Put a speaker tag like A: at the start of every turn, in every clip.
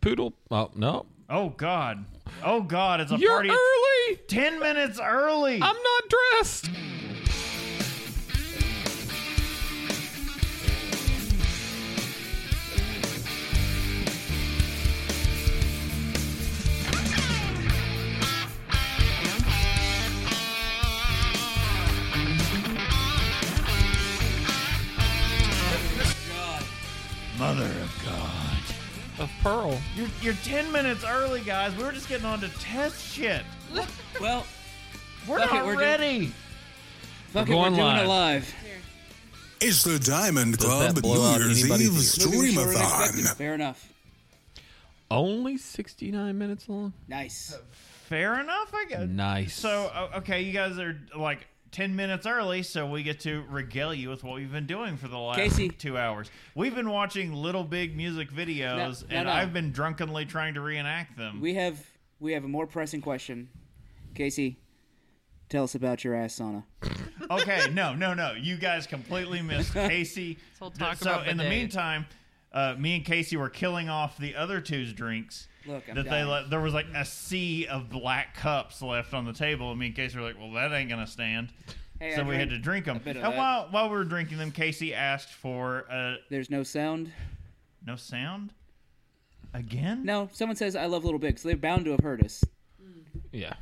A: Poodle. Oh no,
B: Oh God. Oh God. It's a
A: you're
B: party.
A: early.
B: Ten minutes early.
A: I'm not dressed.
B: Mother of God.
A: Of Pearl.
B: You're you're ten minutes early, guys. We were just getting on to test shit.
C: Well,
B: We're
C: Fuck it,
B: not
C: we're doing-
B: ready.
C: fuck
A: We're
C: it, we're
A: going
C: doing
A: live.
C: it live.
D: It's the Diamond
E: that
D: Club
E: blow out
D: New Year's
E: anybody's
D: Eve
C: Moving shorter than expected.
D: Streamathon.
C: Fair enough.
A: Only 69 minutes long.
C: Nice.
B: Fair enough, I guess.
A: Nice.
B: So o- okay, you guys are like ten minutes early, so we get to regale you with what we've been doing for the last
C: Casey.
B: two hours. We've been watching Little Big music videos,
C: No, no,
B: and
C: no.
B: I've been drunkenly trying to reenact them.
C: We have we have a more pressing question. Casey, tell us about your ass sauna.
B: okay, no, no, no. You guys completely missed Casey.
F: whole talk
B: so
F: about
B: in the
F: bidet.
B: meantime, uh, me and Casey were killing off the other two's drinks.
C: Look, I'm
B: that
C: dying.
B: they let, there was like a sea of black cups left on the table, and me and Casey were like, "Well, that ain't gonna stand."
C: Hey,
B: so
C: I
B: we had
C: drank
B: to drink them.
C: bit
B: And
C: of that.
B: while while we were drinking them, Casey asked for uh,
C: There's no sound.
B: no sound again.
C: No, someone says I love Little Big, so they're bound to have heard us.
A: yeah.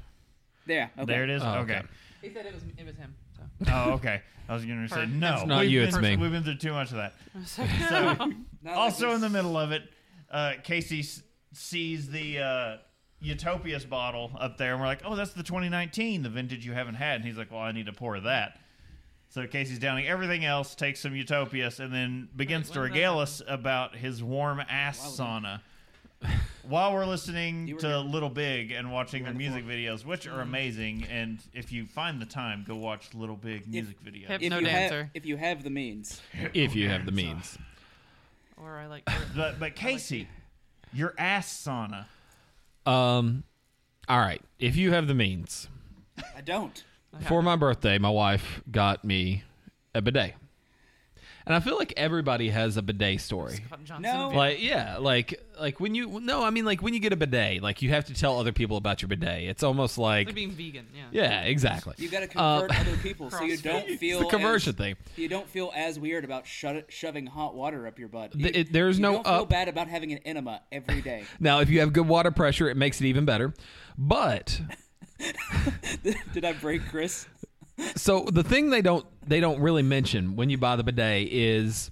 C: There. Okay.
B: There it is.
A: Oh,
B: okay.
A: okay.
F: He said it was it was him. So.
B: Oh, okay. I was gonna say
F: Her.
B: no.
F: It's
A: not
B: We've
A: you,
B: been-
A: it's me.
B: We've been through too much of that.
C: Not like
B: also
C: we-
B: in the middle of it, uh, Casey s- sees the uh, Utopias bottle up there, and we're like, "Oh, that's the 2019, the vintage you haven't had." And he's like, "Well, I need to pour that." So Casey's downing everything else, takes some Utopias, and then begins
F: Wait,
B: to
F: what
B: regale us about his warm ass sauna. While we're listening
C: were
B: to
C: here.
B: Little Big and watching their music videos, which
F: Mm.
B: are amazing, and if you find the time, go watch Little Big music videos.
F: Hip- No
C: you have-
F: dancer.
C: if you have the means.
A: If you have the means.
F: Or I like.
B: But, but Casey, your ass sauna.
A: Um, all right. If you have the means.
C: I don't.
A: For my birthday, my wife got me a bidet. And I feel like everybody has a bidet story.
F: Cotton Johnson.
C: No.
A: Like yeah, like like when you no, I mean like when you get a bidet, like you have to tell other people about your bidet. It's almost
F: Like
A: like
F: being vegan. Yeah.
A: yeah, exactly.
C: You got to
A: Uh,
C: convert other people so you
F: CrossFit.
C: don't feel
A: the conversion
C: as,
A: thing.
C: You don't feel as weird about sho- shoving hot water up your butt.
A: Th-
C: You-
A: it- there's
C: you
A: no
C: don't feel
A: up.
C: bad about having an enema every day.
A: Now, if you have good water pressure, it makes it even better. But
C: Did I break Chris?
A: so the thing they don't they don't really mention when you buy the bidet is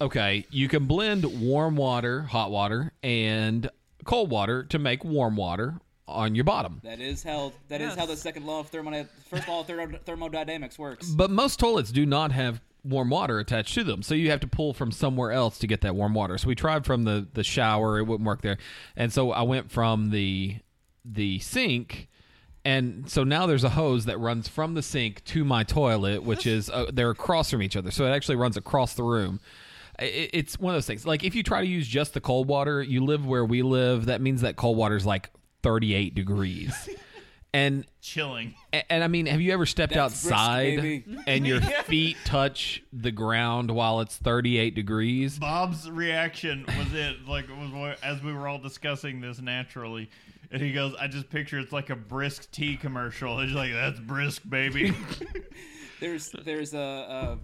A: okay, you can blend warm water, hot water, and cold water to make warm water on your bottom.
C: That is how that is
F: Yes.
C: how the second law of thermodynamics, first law of thermo- thermodynamics works.
A: But most toilets do not have warm water attached to them, so you have to pull from somewhere else to get that warm water. So we tried from the the shower; it wouldn't work there, and so I went from the the sink. And so now there's a hose that runs from the sink to my toilet, which is uh, they're across from each other, so it actually runs across the room. I- I it's one of those things. Like if you try to use just the cold water, you live where we live. That means that cold water is like 38 degrees, and
B: Chilling.
A: a- And I mean, have you ever stepped
C: That's brisk,
A: outside
C: baby.
A: and your feet touch the ground while it's 38 degrees?
B: Bob's reaction was it like it was what- as we were all discussing this naturally, and he goes, "I just picture it's like a brisk tea commercial." He's like, "That's brisk, baby."
C: There's there's a, a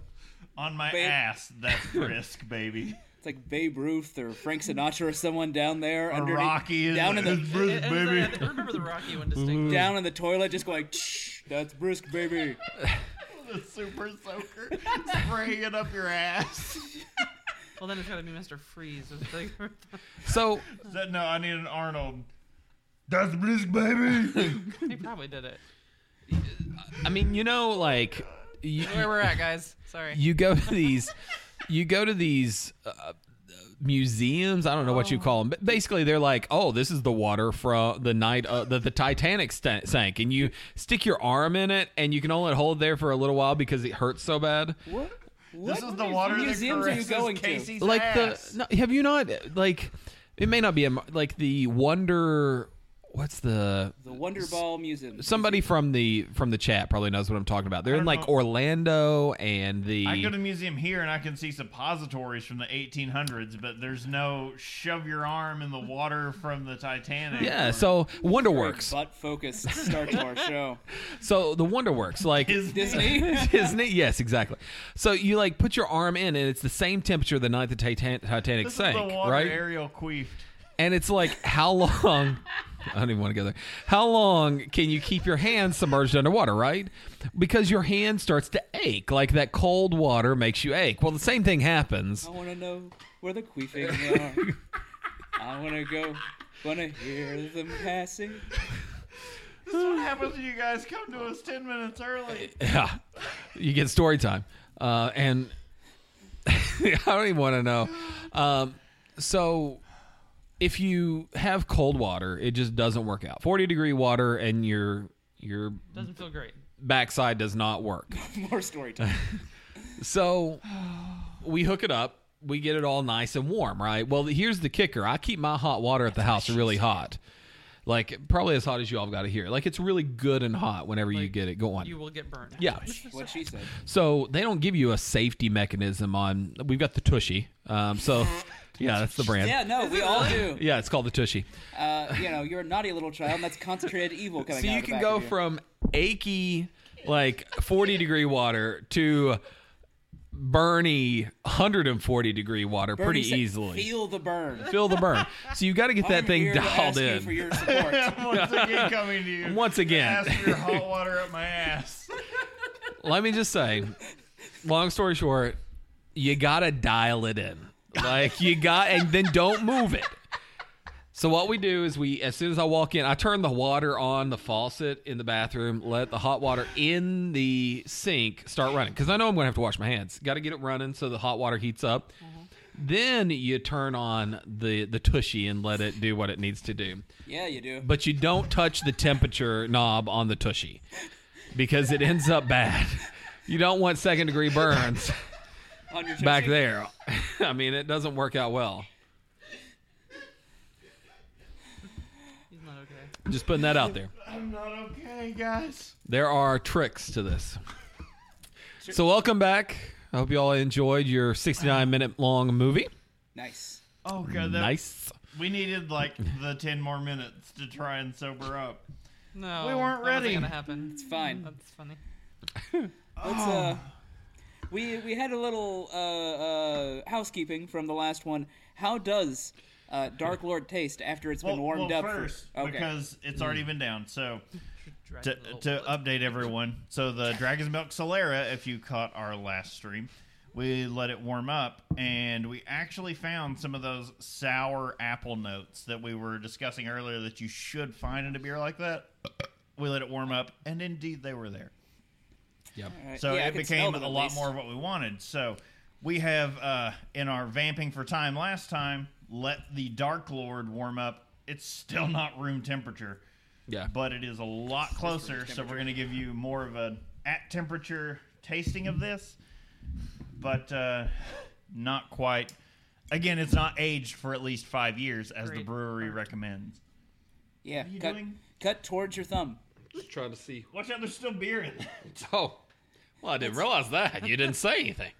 B: On my
C: Babe.
B: ass, that's brisk, baby.
C: it's like Babe Ruth or Frank Sinatra or someone down there
B: A
C: underneath-
B: Rocky is
C: down in
B: it's
C: the
B: brisk, baby.
F: I remember the Rocky one distinctly.
C: down in the toilet just going "Shh, that's brisk baby.
B: the super soaker spraying it up your ass.
F: Well, then it's gotta be Mr. Freeze. It's like-
A: So,
B: Is that- no, I need an Arnold. That's brisk, baby.
F: he probably did it.
A: I mean, you know, like you,
F: Where we're at, guys. Sorry.
A: you go to these, you go to these uh, museums. I don't know what you call them, but basically they're like, oh, this is the water from the night uh, that the Titanic sta- sank, and you stick your arm in it, and you can only hold there for a little while because it hurts so bad.
C: What?
B: this
C: What
B: is the water that
C: museums are you
B: caresses
C: going
B: Casey's
A: like
B: ass.
A: the no, have you not like it may not be a, like the wonder what's the
C: The Wonder Ball Museum.
A: somebody from the from the chat probably knows what I'm talking about. They're
B: I
A: in
B: don't
A: like
B: know.
A: Orlando and the
B: I go to the museum here and I can see suppositories from the 1800s, but there's no shove your arm in the water from the Titanic.
A: yeah.
B: or-
A: So WonderWorks.
C: Butt focused start to our show.
A: So the WonderWorks like
B: Is-
C: Disney.
A: isn't it? Yes, exactly. So you like put your arm in, and it's the same temperature the night the Titan- Titanic
B: this
A: sank,
B: is the water
A: right?
B: Ariel queefed.
A: And it's like how long? I don't even want to go there. How long can you keep your hand submerged underwater, right? Because your hand starts to ache, like that cold water makes you ache. Well, the same thing happens.
C: I want to know where the queefing are. I want to go. Want to hear them passing.
B: This is what happens when you guys come to us 10 minutes early.
A: Yeah, you get story time, uh, and I don't even want to know. Um, so, if you have cold water, it just doesn't work out. Forty degree water, and your your
F: Doesn't feel great.
A: backside does not work.
C: More story time.
A: So we hook it up. We get it all nice and warm, right? Well, here's the kicker. I keep my hot water at the house really hot. Like probably as hot as you all got it here. Like it's really good and hot whenever you
F: Like,
A: get it going.
F: You will get burned.
A: yeah.
C: What she said.
A: So they don't give you a safety mechanism on. We've got the Tushy. Um, so yeah, that's the brand.
C: Yeah, no, we all do.
A: Yeah, it's called the Tushy.
C: Uh, you know, you're a naughty little child, and that's concentrated evil coming
A: So
C: out
A: you
C: of the
A: can
C: back
A: go
C: of you.
A: from achy, like 40 degree water to burny 140 degree water
C: Bernie
A: pretty
C: said,
A: easily.
C: Feel the burn.
A: feel the burn. So you got to get that
C: I'm
A: thing
C: here to
A: dialed
C: ask you
A: in.
C: for your support.
B: Once again, coming to you.
A: Once again.
B: Ask for your hot water up my ass.
A: Let me just say, long story short, you got to dial it in. Like you got, and then don't move it. So what we do is we, as soon as I walk in, I turn the water on the faucet in the bathroom, let the hot water in the sink start running because I know I'm going to have to wash my hands. Got to get it running so the hot water heats up.
C: Mm-hmm.
A: Then you turn on the the tushy and let it do what it needs to do.
C: Yeah, you do.
A: but you don't touch the temperature knob on the tushy because it ends up bad. You don't want second degree burns
C: On your
A: back
C: tootsie.
A: there. I mean, it doesn't work out well.
F: He's not okay.
A: Just putting that out there.
B: I'm not okay, guys.
A: There are tricks to this. So, welcome back. I hope you all enjoyed your 69 minute long movie.
C: Nice.
B: Oh, God. That,
A: Nice.
B: We needed like the 10 more minutes to try and sober up.
F: No.
B: We weren't
F: that wasn't
B: ready.
F: gonna happen.
C: It's fine.
F: That's funny.
C: Let's, uh, we we had a little uh, uh, housekeeping from the last one. How does uh, Dark Lord taste after it's been warmed up? for-
B: first
C: okay.
B: because it's already been down. So to,
F: Dragon's
B: to
F: little-
B: update everyone, so the Dragon's Milk Solera, if you caught our last stream, we let it warm up, and we actually found some of those sour apple notes that we were discussing earlier that you should find in a beer like that. We let it warm up, and indeed they were there.
C: Alright,
B: So
C: yeah, I
B: it
C: can smell
B: became
C: them
B: a
C: at
B: lot
C: least.
B: more of what we wanted. So we have uh, in our vamping for time last time, let the Dark Lord warm up. It's still not room temperature,
A: Yeah.
B: but it is a lot closer. So we're going to give you more of an at temperature tasting of this, but uh, not quite. Again, it's not aged for at least five years, as the
F: Great.
B: brewery recommends.
C: Yeah,
B: you
C: cut,
B: doing?
C: cut towards your thumb.
A: Just trying to see.
B: Watch out, there's still beer in there.
A: Oh, well, I didn't realize that. You didn't say anything.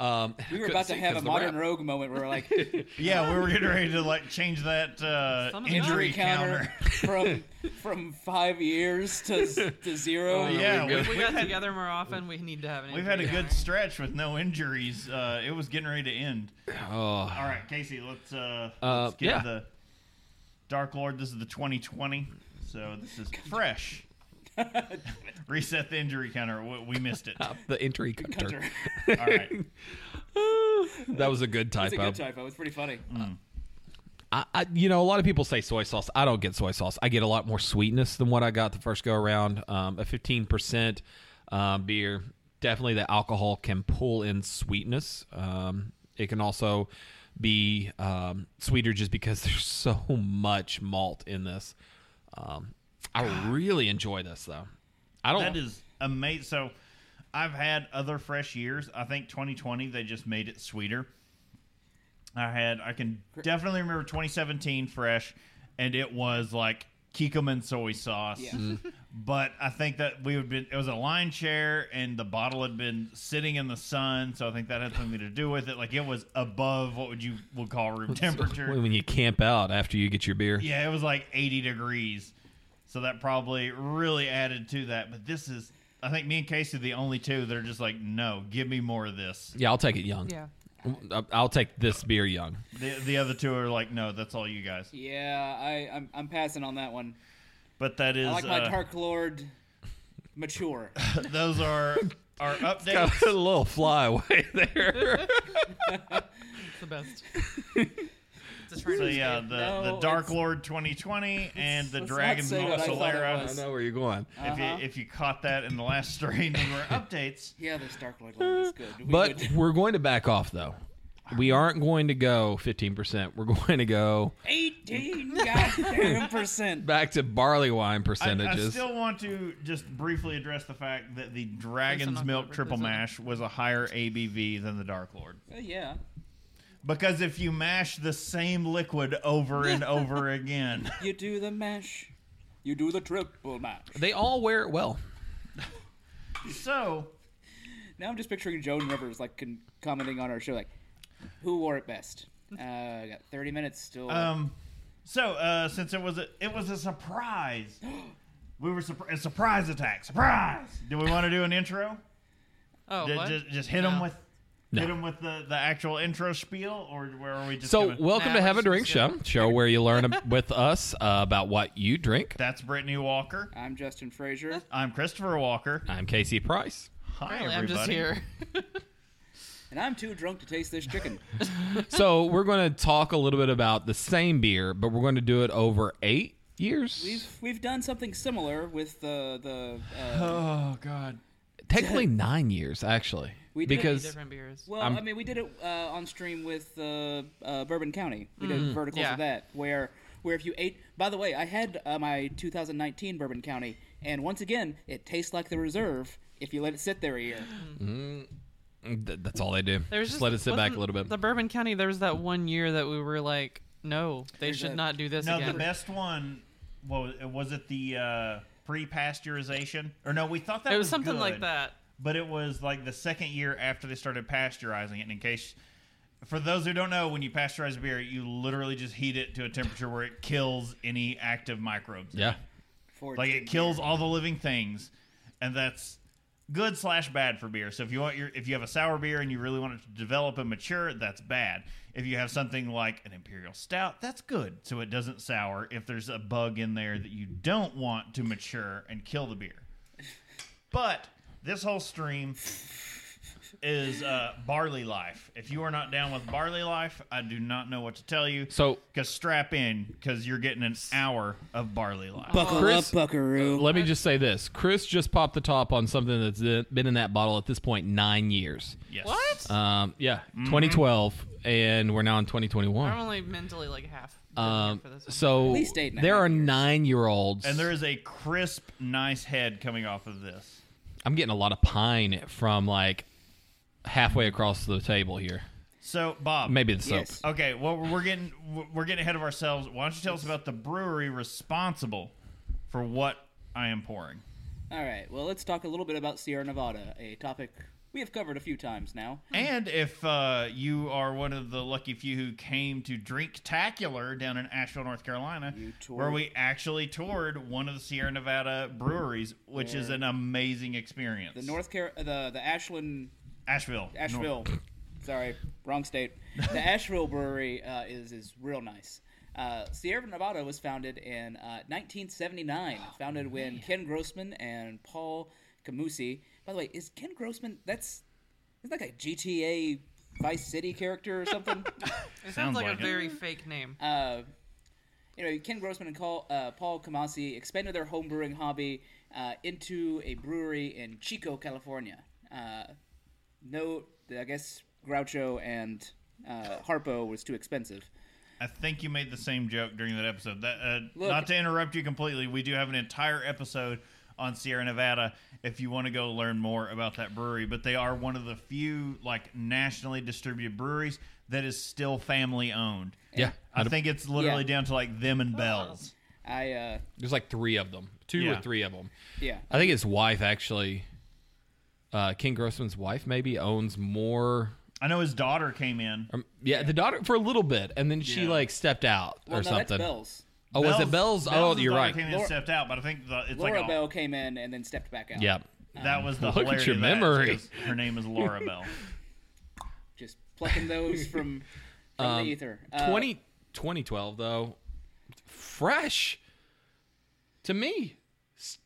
A: Um,
C: We were about to have a modern
A: road.
C: rogue moment where we're like
B: Yeah, we were getting ready to like change that uh,
F: Something
B: injury
C: injury
B: counter.
C: counter from from five years to z- to zero.
B: Oh,
A: we
B: Yeah, we,
A: go.
F: If we
B: we've,
F: got
B: had,
F: together more often, we need to have an
B: we've had a
F: injury
B: good
F: counter.
B: stretch with no injuries. Uh, it was getting ready to end.
A: Oh,
B: All right, Casey, let's, uh,
A: Uh,
B: let's get
A: yeah.
B: the Dark Lord. This is the 2020, so this is fresh. Reset the injury counter. We- We missed it. All
A: The entry counter.
C: Hunter.
B: right.
A: That was a good
C: It's
A: typo.
C: a good typo. It's pretty funny.
B: Mm.
A: I, I, you know, a lot of people say soy sauce. I don't get soy sauce. I get a lot more sweetness than what I got the first go around. Um, a fifteen percent um, beer, definitely the alcohol can pull in sweetness. Um, it can also be um, sweeter just because there's so much malt in this. Um, I really enjoy this though. I don't.
B: That is amazing. So I've had other fresh years. I think 2020 they just made it sweeter. I had I can definitely remember 2017 fresh, and it was like Kikkoman soy sauce.
C: Yeah.
A: Mm-hmm.
B: But I think that we would been it was a line chair and the bottle had been sitting in the sun, so I think that had something to do with it. Like it was above what would you would call room temperature.
A: When you camp out after you get your beer.
B: Yeah, it was like 80 degrees. So that probably really added to that. But this is, I think me and Casey are the only two that are just like, no, give me more of this.
A: Yeah, I'll take it young.
F: Yeah.
A: I- I'll take this beer young.
B: The, the other two are like, no, that's all you guys.
C: Yeah, I, I'm, I'm passing on that one.
B: But that is,
C: I like my
B: uh,
C: Dark Lord mature.
B: those are our
A: Got a
B: updates.
A: little flyaway there.
F: It's the best. it's a train
B: So
F: wreck.
B: yeah, the, the
C: No,
B: Dark
C: it's-
B: Lord 2020 and the
C: let's not
B: Dragon
C: say what I thought it
B: Solera.
A: I
C: was. Uh-huh.
A: know where you're going.
B: If you if you caught that in the last stream, then we're updates.
C: Yeah, this Dark Lord one is good. We
A: But
C: would-
A: we're going to back off, though. We aren't going to go 15%. We're going to go
C: 18 goddamn percent.
A: back to barley wine
B: I, I
A: percentages.
B: still want to just briefly address the fact that the Dragon's
F: enough
B: Milk
F: covered.
B: Triple
F: There's
B: Mash was a higher ABV than the Dark Lord.
C: Uh, yeah.
B: Because if you mash the same liquid over and over again,
C: You do the mash. You do the triple mash.
A: they all wear it well.
B: so
C: Now I'm just picturing Joan Rivers like con- commenting on our show like, who wore it best? Uh, I got 30 minutes still.
B: um, so uh, since it was a, it was a surprise, we were surprised. Surprise attack! Surprise! Do we want to do an intro?
F: Oh,
B: Ju-
F: what?
B: Just, just hit them
F: No.
B: with. Hit them with the, the actual intro spiel, or where are we just?
A: So,
B: gonna-
A: welcome
F: Nah,
A: to
F: we're
A: Have a
F: just gonna
A: Drink
F: sit
A: Show, show where you learn ab- with us uh, about what you drink.
B: that's Brittany Walker.
C: I'm Justin Frazier.
B: I'm Christopher Walker.
A: I'm Casey Price.
B: Hi,
F: Apparently,
B: everybody.
F: I'm just here.
C: And I'm too drunk to taste this chicken.
A: So, we're going to talk a little bit about the same beer, but we're going to do it over eight years.
C: We've we've done something similar with the the uh,
B: Oh God.
A: Technically, nine years, actually.
C: We did
A: because
F: different beers.
C: well, I mean, we did it uh, on stream with uh, uh, Bourbon County. We
B: Mm.
C: did verticals
F: yeah.
C: of that where where if you ate. By the way, I had uh, my 2019 Bourbon County, and once again, it tastes like the reserve if you let it sit there a year.
A: th- that's all they do.
F: There's
A: just, let it sit back a
F: wasn't
A: little bit.
F: The Bourbon County, there was that one year that we were like, no, they
C: There's
F: should
C: a-
F: not do this
B: No,
F: again.
B: the best one was was it the uh, pre-pasteurization or no? We thought that
F: it was something
B: good,
F: like that.
B: but it was like the second year after they started pasteurizing it. And in case, for those who don't know, when you pasteurize beer, you literally just heat it to a temperature where it kills any active microbes.
A: yeah.
C: For
B: like it kills all the living things, and that's good slash bad for beer. So if you want your if you have a sour beer and you really want it to develop and mature, that's bad. If you have something like an imperial stout, that's good, so it doesn't sour. If there's a bug in there that you don't want to mature and kill the beer, but this whole stream is uh, barley life. If you are not down with barley life, I do not know what to tell you.
A: So-
B: because strap in, because you're getting an hour of barley life.
C: Buckle
A: Chris-
C: up, Buckaroo.
A: Let me just say this. Chris just popped the top on something that's i- been in that bottle at this point nine years.
B: Yes. Mm-hmm.
F: What?
A: Um, yeah, 2012, and we're now in
F: I'm
A: 2021.
F: only mentally like half.
A: Um,
F: for this one.
A: so
C: least eight and a
A: there
C: half
A: are
C: years.
A: nine year olds,
B: And there is a crisp, nice head coming off of this.
A: I'm getting a lot of pine from like halfway across the table here.
B: So, Bob.
A: Maybe the soap.
C: Yes.
B: Okay. Well, we're getting we're getting ahead of ourselves. Why don't you tell us about the brewery responsible for what I am pouring?
C: All right. Well, let's talk a little bit about Sierra Nevada, a topic we have covered a few times now.
B: And if uh, you are one of the lucky few who came to Drink Tacular down in Asheville, North Carolina,
C: toured.
B: where we actually toured one of the Sierra Nevada breweries, which is an amazing experience.
C: The North Car- the the Ashland
B: Asheville, Nor-
C: Asheville. Sorry, wrong state. The Asheville Brewery uh, is is real nice. Uh, Sierra Nevada was founded in uh, 1979. founded when Ken Grossman and Paul Camusi. By the way, is Ken Grossman? That's is like a GTA Vice City character or something.
F: it
B: sounds
F: sounds like,
B: like it.
F: a very fake name.
C: uh, anyway, Ken Grossman and Col- uh, Paul Kamasi expanded their home brewing hobby uh, into a brewery in Chico, California. Uh, no, I guess Groucho and uh, Harpo was too expensive.
B: I think you made the same joke during that episode. That uh,
C: Look-
B: not to interrupt you completely, we do have an entire episode on Sierra Nevada if you want to go learn more about that brewery. But they are one of the few like nationally distributed breweries that is still family owned.
A: Yeah.
B: I think it's literally
C: Yeah.
B: down to like them and Bell's.
C: I uh,
A: There's like three of them, two
B: Yeah.
A: or three of them.
C: yeah.
A: I think his wife actually, uh, King Grossman's wife maybe owns more.
B: I know his daughter came in.
A: Um, yeah, the daughter for a little bit, and then she
B: Yeah.
A: like stepped out
C: Well,
A: or
C: no,
A: something.
C: that's Bells.
A: Oh, was it Bells? oh, you're
B: daughter
A: right.
B: Came in and
C: Laura-
B: stepped out, but I think the, it's
C: Laura
B: like a,
C: Bell came in and then stepped back out.
A: Yeah,
B: that was the
A: Look at
B: hilarity
A: your
B: of that, is
A: memory.
B: 'cause Her name is Laura Bell.
C: Just plucking those from, from
B: Um,
C: the ether. Uh,
A: 20, 2012 though, fresh to me. S-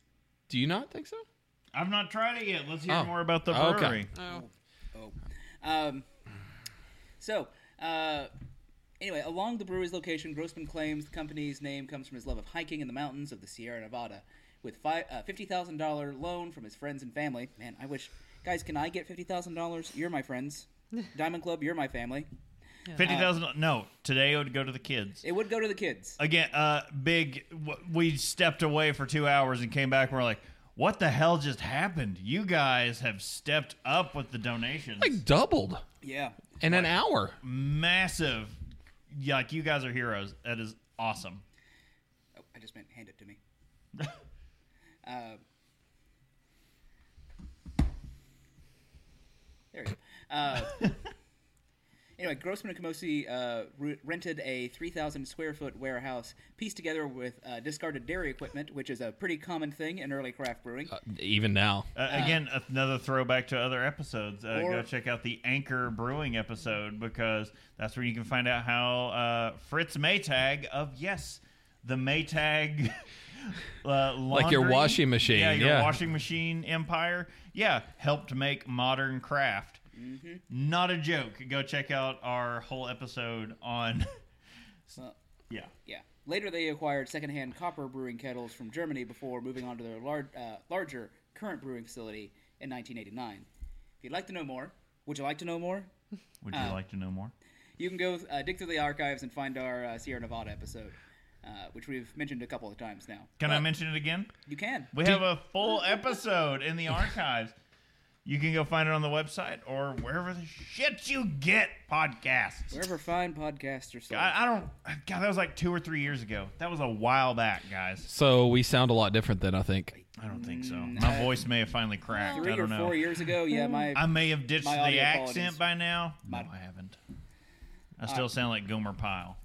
A: Do you not think so?
B: I've not tried it yet. Let's hear
A: Oh.
B: more about the
A: Okay.
B: brewery.
F: Oh,
C: Um, so, uh, anyway, along the brewery's location, Grossman claims the company's name comes from his love of hiking in the mountains of the Sierra Nevada. With fi- uh, $50,000 loan from his friends and family. Man, I wish. Guys, can I get $50,000? You're my friends. Diamond Club, you're my family.
B: Fifty thousand? no, today it would go to the kids.
C: It would go to the kids.
B: Again, uh, big. w- We stepped away for two hours and came back. We're like, what the hell just happened? You guys have stepped up with the donations.
A: Like doubled
C: Yeah.
A: in an hour.
B: Massive. Yeah, Like you guys are heroes. That is awesome.
C: Oh, I just meant hand it to me. uh, there we go. Uh, anyway, Grossman and Kamosi uh, re- rented a 3,000 square foot warehouse pieced together with uh, discarded dairy equipment, which is a pretty common thing in early craft brewing.
A: Uh. Even now,
B: Uh, again, another throwback to other episodes. Uh,
C: Or-
B: go check out the Anchor Brewing episode because that's where you can find out how uh, Fritz Maytag of yes, the Maytag, uh,
A: Like your
B: laundry-
A: washing machine,
B: yeah, your
A: yeah.
B: washing machine empire, yeah, helped make modern craft.
A: Mm-hmm.
B: Not a joke. Go check out our whole episode on.
C: Well-
B: yeah,
C: Yeah. Later, they acquired secondhand copper brewing kettles from Germany before moving on to their lar- uh, larger current brewing facility in 1989. If you'd like to know more, would you like to know more?
B: would
A: uh,
B: you like to know more?
C: You can go uh, dig through the archives and find our uh, Sierra Nevada episode, uh, which we've mentioned a couple of times now.
B: Can I mention it again?
C: You can.
B: We have a full episode in the archives. You can go find it on the website or wherever the shit you get podcasts.
C: Wherever fine podcasts are sold.
B: I, I don't. God, that was like two or three years ago. That was a while back, guys.
A: so we sound a lot different then. I think.
B: I don't think so. My voice may have finally cracked.
C: Mm, Three
B: I
C: or
B: don't know.
C: four years ago, yeah, my
B: I may have ditched
C: My
B: the
C: audio
B: accent
C: qualities. Uh,
B: by now. No, I haven't. I still sound like Gomer Pyle.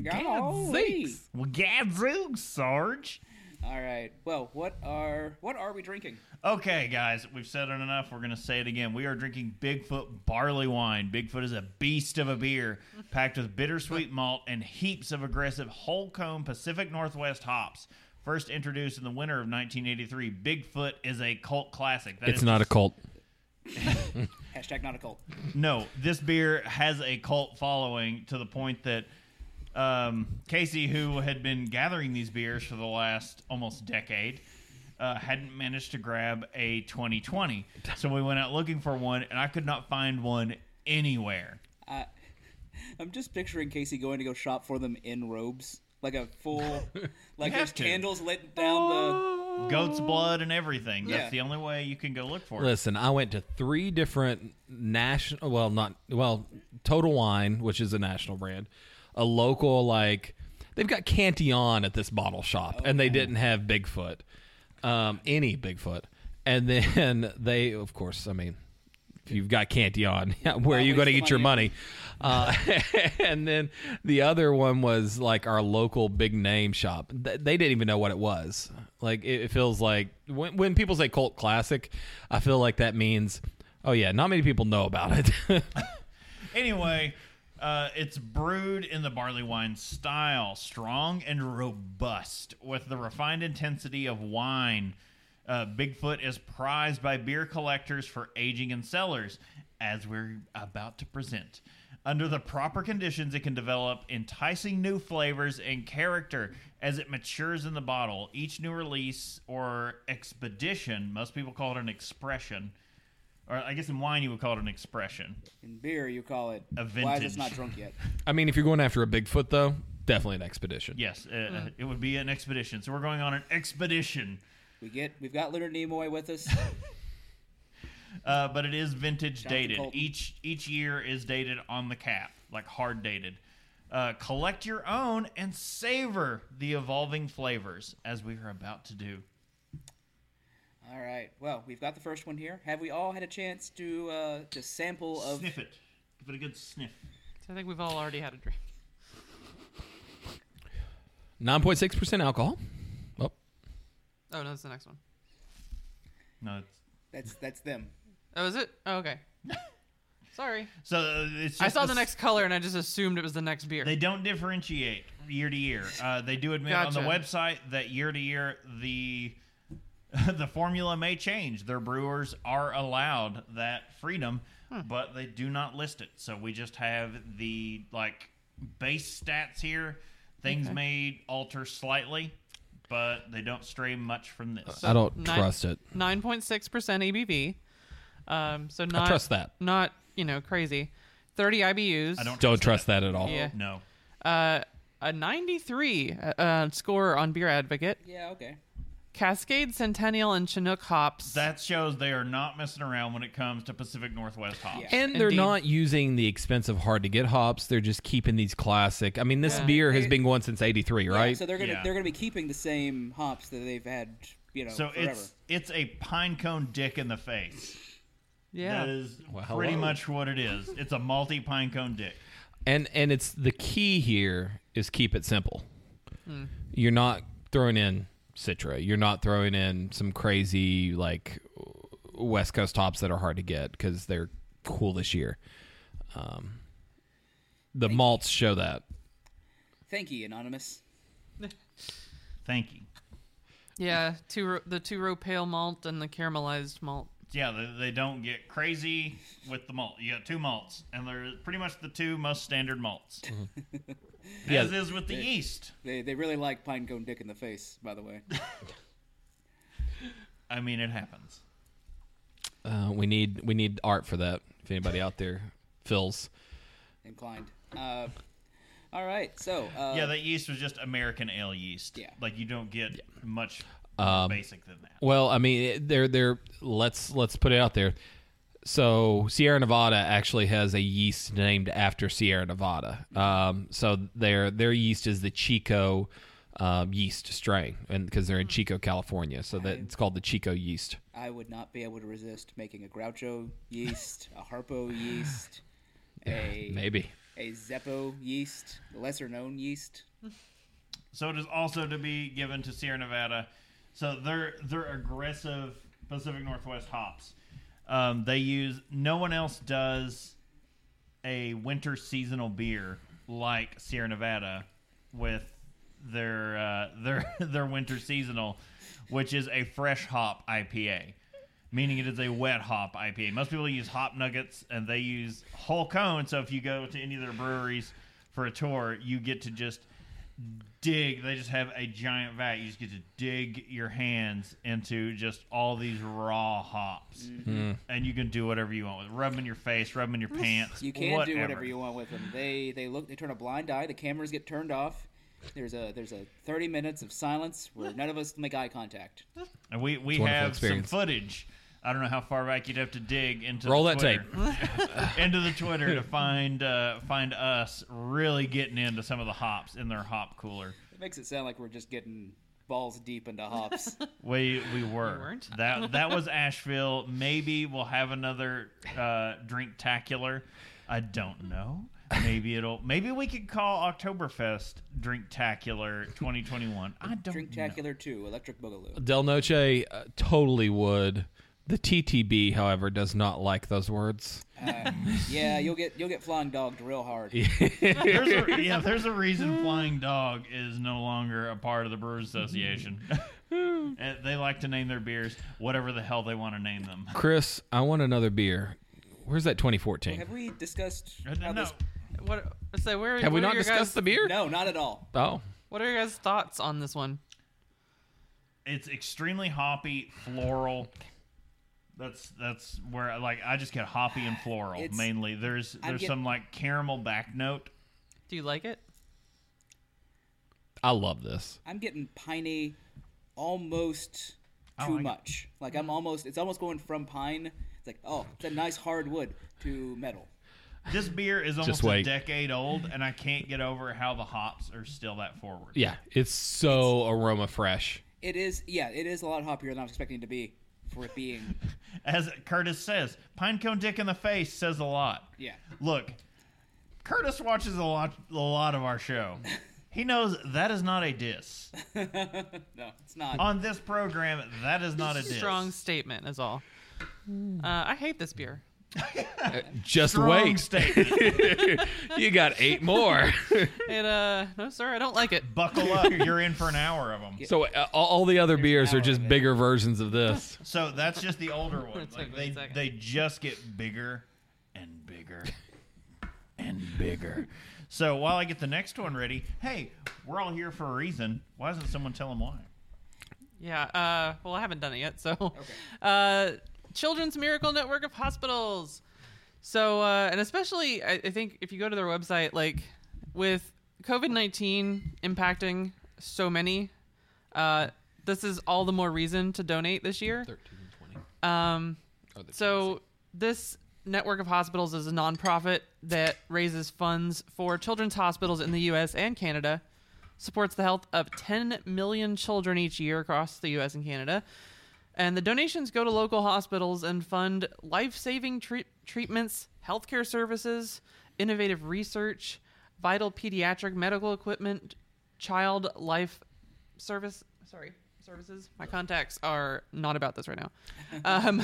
C: golly.
A: Zeeks.
B: Well, gadzoo, Sarge.
C: All right. Well, what are what are we drinking?
B: Okay, guys, we've said it enough. We're going to say it again. We are drinking Bigfoot barley wine. Bigfoot is a beast of a beer, packed with bittersweet malt and heaps of aggressive whole cone Pacific Northwest hops. First introduced in the winter of 1983, Bigfoot is a cult classic. That
A: It's
B: is-
A: not a cult.
C: Hashtag not a cult.
B: No, this beer has a cult following to the point that um, Casey, who had been gathering these beers for the last almost decade, uh, hadn't managed to grab a 2020. So we went out looking for one, and I could not find one anywhere.
C: I'm just picturing Casey going to go shop for them in robes, like a full, like
B: have
C: there's
B: to. Oh.
C: candles lit down the.
B: Goat's blood and everything. That's
C: Yeah.
B: the only way you can go look for it.
A: Listen, I went to three different national. Well, not well. Total Wine, which is a national brand, a local like they've got Cantillon at this bottle shop, and they didn't have Bigfoot, um, any Bigfoot. And then they, of course, I mean, if you've got Cantillon, where are you
C: waste
A: going to
C: the
A: get your
C: money.
A: money? Uh, and then the other one was like our local big name shop. Th- They didn't even know what it was. Like it, it feels like when, when people say cult classic, I feel like that means, oh yeah, not many people know about it.
B: Anyway, uh, it's brewed in the barley wine style, strong and robust, with the refined intensity of wine. Uh, Bigfoot is prized by beer collectors for aging in cellars, as we're about to present. Under the proper conditions, it can develop enticing new flavors and character as it matures in the bottle. Each new release or expedition, most people call it an expression, or I guess in wine you would call it an expression.
C: In beer, you call it.
B: A
C: Why is
B: vintage.
C: it's not drunk yet?
A: I mean, if you're going after a Bigfoot though, definitely an expedition.
B: Yes, uh, it would be an expedition. So we're going on an expedition,
C: We get we've got Leonard Nimoy with us.
B: uh, but it is vintage
C: Jonathan
B: dated.
C: Colton.
B: Each each year is dated on the cap, like hard dated. Uh, collect your own and savor the evolving flavors as we are about to do.
C: All right. Well, we've got the first one here. Have we all had a chance to uh, to sample of?
B: Sniff it. Give it a good sniff.
F: So I think we've all already had a drink.
A: Nine point six percent alcohol. Oh,
F: Oh no, that's the next one.
B: No, it's,
C: That's that's them.
F: Oh, is it? Oh, okay. Sorry.
B: so uh, it's. Just
F: I saw
B: a
F: the
B: s-
F: next color and I just assumed it was the next beer.
B: They don't differentiate year to year. Uh, they do admit on the
F: Gotcha.
B: website that year to year the the formula may change. Their brewers are allowed that freedom, but they do not list it. So we just have the like base stats here. Things
F: Okay.
B: may alter slightly, but they don't stray much from this.
A: Uh, I don't
F: Nine-
A: trust it.
F: 9.6% ABV. Um, so not
A: trust that.
F: Not, you know, crazy. 30 IBUs.
B: I don't
A: Don't trust that at all.
F: Yeah.
B: No.
F: Uh, a 93 uh, uh, score on Beer Advocate.
C: Yeah. Okay.
F: Cascade, Centennial, and Chinook hops.
B: That shows they are not messing around when it comes to Pacific Northwest hops.
C: Yeah.
A: And they're
F: Indeed.
A: not using the expensive hard to get hops. They're just keeping these classic. I mean, this
F: Yeah.
A: beer has been going since '83,
C: Yeah,
A: right?
C: so they're gonna
B: Yeah.
C: they're gonna be keeping the same hops that they've had you know
B: So
C: forever.
B: it's it's a pine cone dick in the face.
F: yeah.
B: That is
A: Well,
B: pretty
A: hello.
B: much what it is. It's a multi pine cone dick.
A: and and it's the key here is keep it simple. You're not throwing in Citra. You're not throwing in some crazy like West Coast hops that are hard to get because they're cool this year. Um, the malts show that.
C: Thank you, anonymous.
B: Thank you.
F: yeah. Two ro- the two row pale malt and the caramelized malt.
B: Yeah, they, they don't get crazy with the malt. You got two malts, and they're pretty much the two most standard malts. As
A: Mm-hmm. Yeah.
B: is with the yeast.
C: They they really like pine cone dick in the face. By the way,
B: I mean, it happens.
A: Uh, we need we need art for that. If anybody out there fills,
C: inclined. Uh, all right. So uh,
B: yeah, that yeast was just American ale yeast.
C: Yeah.
B: Like, you don't get much
A: Um,
B: more basic than that.
A: well, I mean, it- they're they're let's let's put it out there. So Sierra Nevada actually has a yeast named after Sierra Nevada. Um, so their their yeast is the Chico um, yeast strain, and because they're in Chico, California, so that it's called the Chico yeast.
C: I would not be able to resist making a Groucho yeast, a Harpo yeast, a
A: Maybe
C: a Zeppo yeast, lesser known yeast.
B: So it is also to be given to Sierra Nevada. So they're they're aggressive Pacific Northwest hops. Um, they use no one else does a winter seasonal beer like Sierra Nevada with their uh, their their winter seasonal, which is a fresh hop IPA, meaning it is a wet hop IPA. Most people use hop nuggets and they use whole cone. So if you go to any of their breweries for a tour, you get to just dig. They just have a giant vat. You just get to dig your hands into just all these raw hops, and you can do whatever you want with. it. Rub 'em in your face, rub 'em in your pants.
C: You can do whatever you want with them. They they look they turn a blind eye. The cameras get turned off. There's a there's a 30 minutes of silence where none of us make eye contact.
B: And we we
A: It's a wonderful
B: have
A: experience.
B: some footage. I don't know how far back you'd have to dig into
A: Roll
B: the
A: that
B: Twitter, into the Twitter to find uh, find us really getting into some of the hops in their hop cooler.
C: It makes it sound like we're just getting balls deep into hops.
B: We we were.
F: weren't?
B: That that was Asheville. Maybe we'll have another uh, drink tacular. I don't know. Maybe it'll. Maybe we could call Oktoberfest Drink Tacular 2021. I don't know.
C: Drinktacular 2, Electric Boogaloo.
A: Del Noche uh, totally would. The TTB, however, does not like those words.
C: Uh, Yeah, you'll get you'll get flying dogged real hard.
B: There's a, yeah, there's a reason Flying Dog is no longer a part of the Brewers Association. Uh, they like to name their beers whatever the hell they want to name them.
A: Chris, I want another beer. Where's that 2014?
C: Have we discussed how
B: Uh, No,
C: this?
F: What? So where?
A: Have we
F: what are
A: not
F: your
A: discussed
F: guys,
A: the beer?
C: No, not at all.
A: Oh,
F: What are your guys' thoughts on this one?
B: it's extremely hoppy, floral. That's that's where like I just get hoppy and floral
C: It's-
B: mainly. There's
C: I'm
B: there's
C: get-
B: some like caramel back note.
F: Do you like it?
A: I love this.
C: I'm getting piney, almost
B: I
C: too
B: like it.
C: much. Like I'm almost. It's almost going from pine. It's like oh, it's a nice hard wood to metal.
B: This beer is almost a
A: wait.
B: decade old, and I can't get over how the hops are still that forward.
A: Yeah, it's so aroma fresh.
C: It is, yeah, it is a lot hoppier than I was expecting it to be for it being,
B: As Curtis says, pinecone dick in the face says a lot.
C: yeah.
B: Look, Curtis watches a lot, a lot of our show. He knows that is not a diss.
C: No, it's not.
F: Uh,
B: On this program, that is not a diss.
F: Strong statement is all. Uh, I hate this beer.
A: Just
B: Strong
A: wait,
B: statement.
A: you got eight more.
F: It uh, no sir, I don't like it.
B: Buckle up. You're in for an hour of them.
A: so uh, all, all the other beers are
C: more
A: just
C: of it.
A: bigger versions of this.
B: So that's just the older ones.
F: Took
B: Like
F: me
B: they
F: a second.
B: they just get bigger and bigger and bigger. So while I get the next one ready, hey, we're all here for a reason. Why doesn't someone tell them why?
F: Yeah. Uh, well, I haven't done it yet. So, uh, Children's Miracle Network of Hospitals. So, uh, and especially, I, I think if you go to their website, like with COVID 19 impacting so many, uh, this is all the more reason to donate this year.
A: Thirteen twenty.
F: Um,
A: Or the
F: so this network of hospitals is a nonprofit that raises funds for children's hospitals in the U.S. and Canada, supports the health of 10 million children each year across the U.S. and Canada, and the donations go to local hospitals and fund life-saving treat treatments, healthcare services, innovative research, vital pediatric medical equipment, child life service. Sorry. Services. My contacts are not about this right now. Um,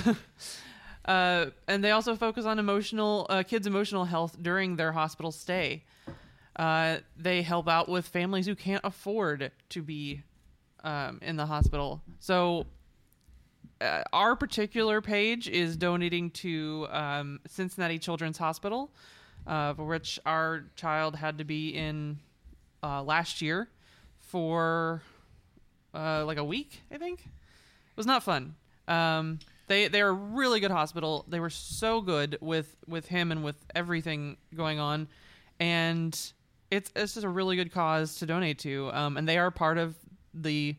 F: uh, and they also focus on emotional uh, kids' emotional health during their hospital stay. Uh, they help out with families who can't afford to be um, in the hospital. So uh, our particular page is donating to um, Cincinnati Children's Hospital, uh, for which our child had to be in uh, last year for uh, like a week, I think. It was not fun. Um, they they're a really good hospital. They were so good with with him and with everything going on, and it's it's just a really good cause to donate to. Um, and they are part of the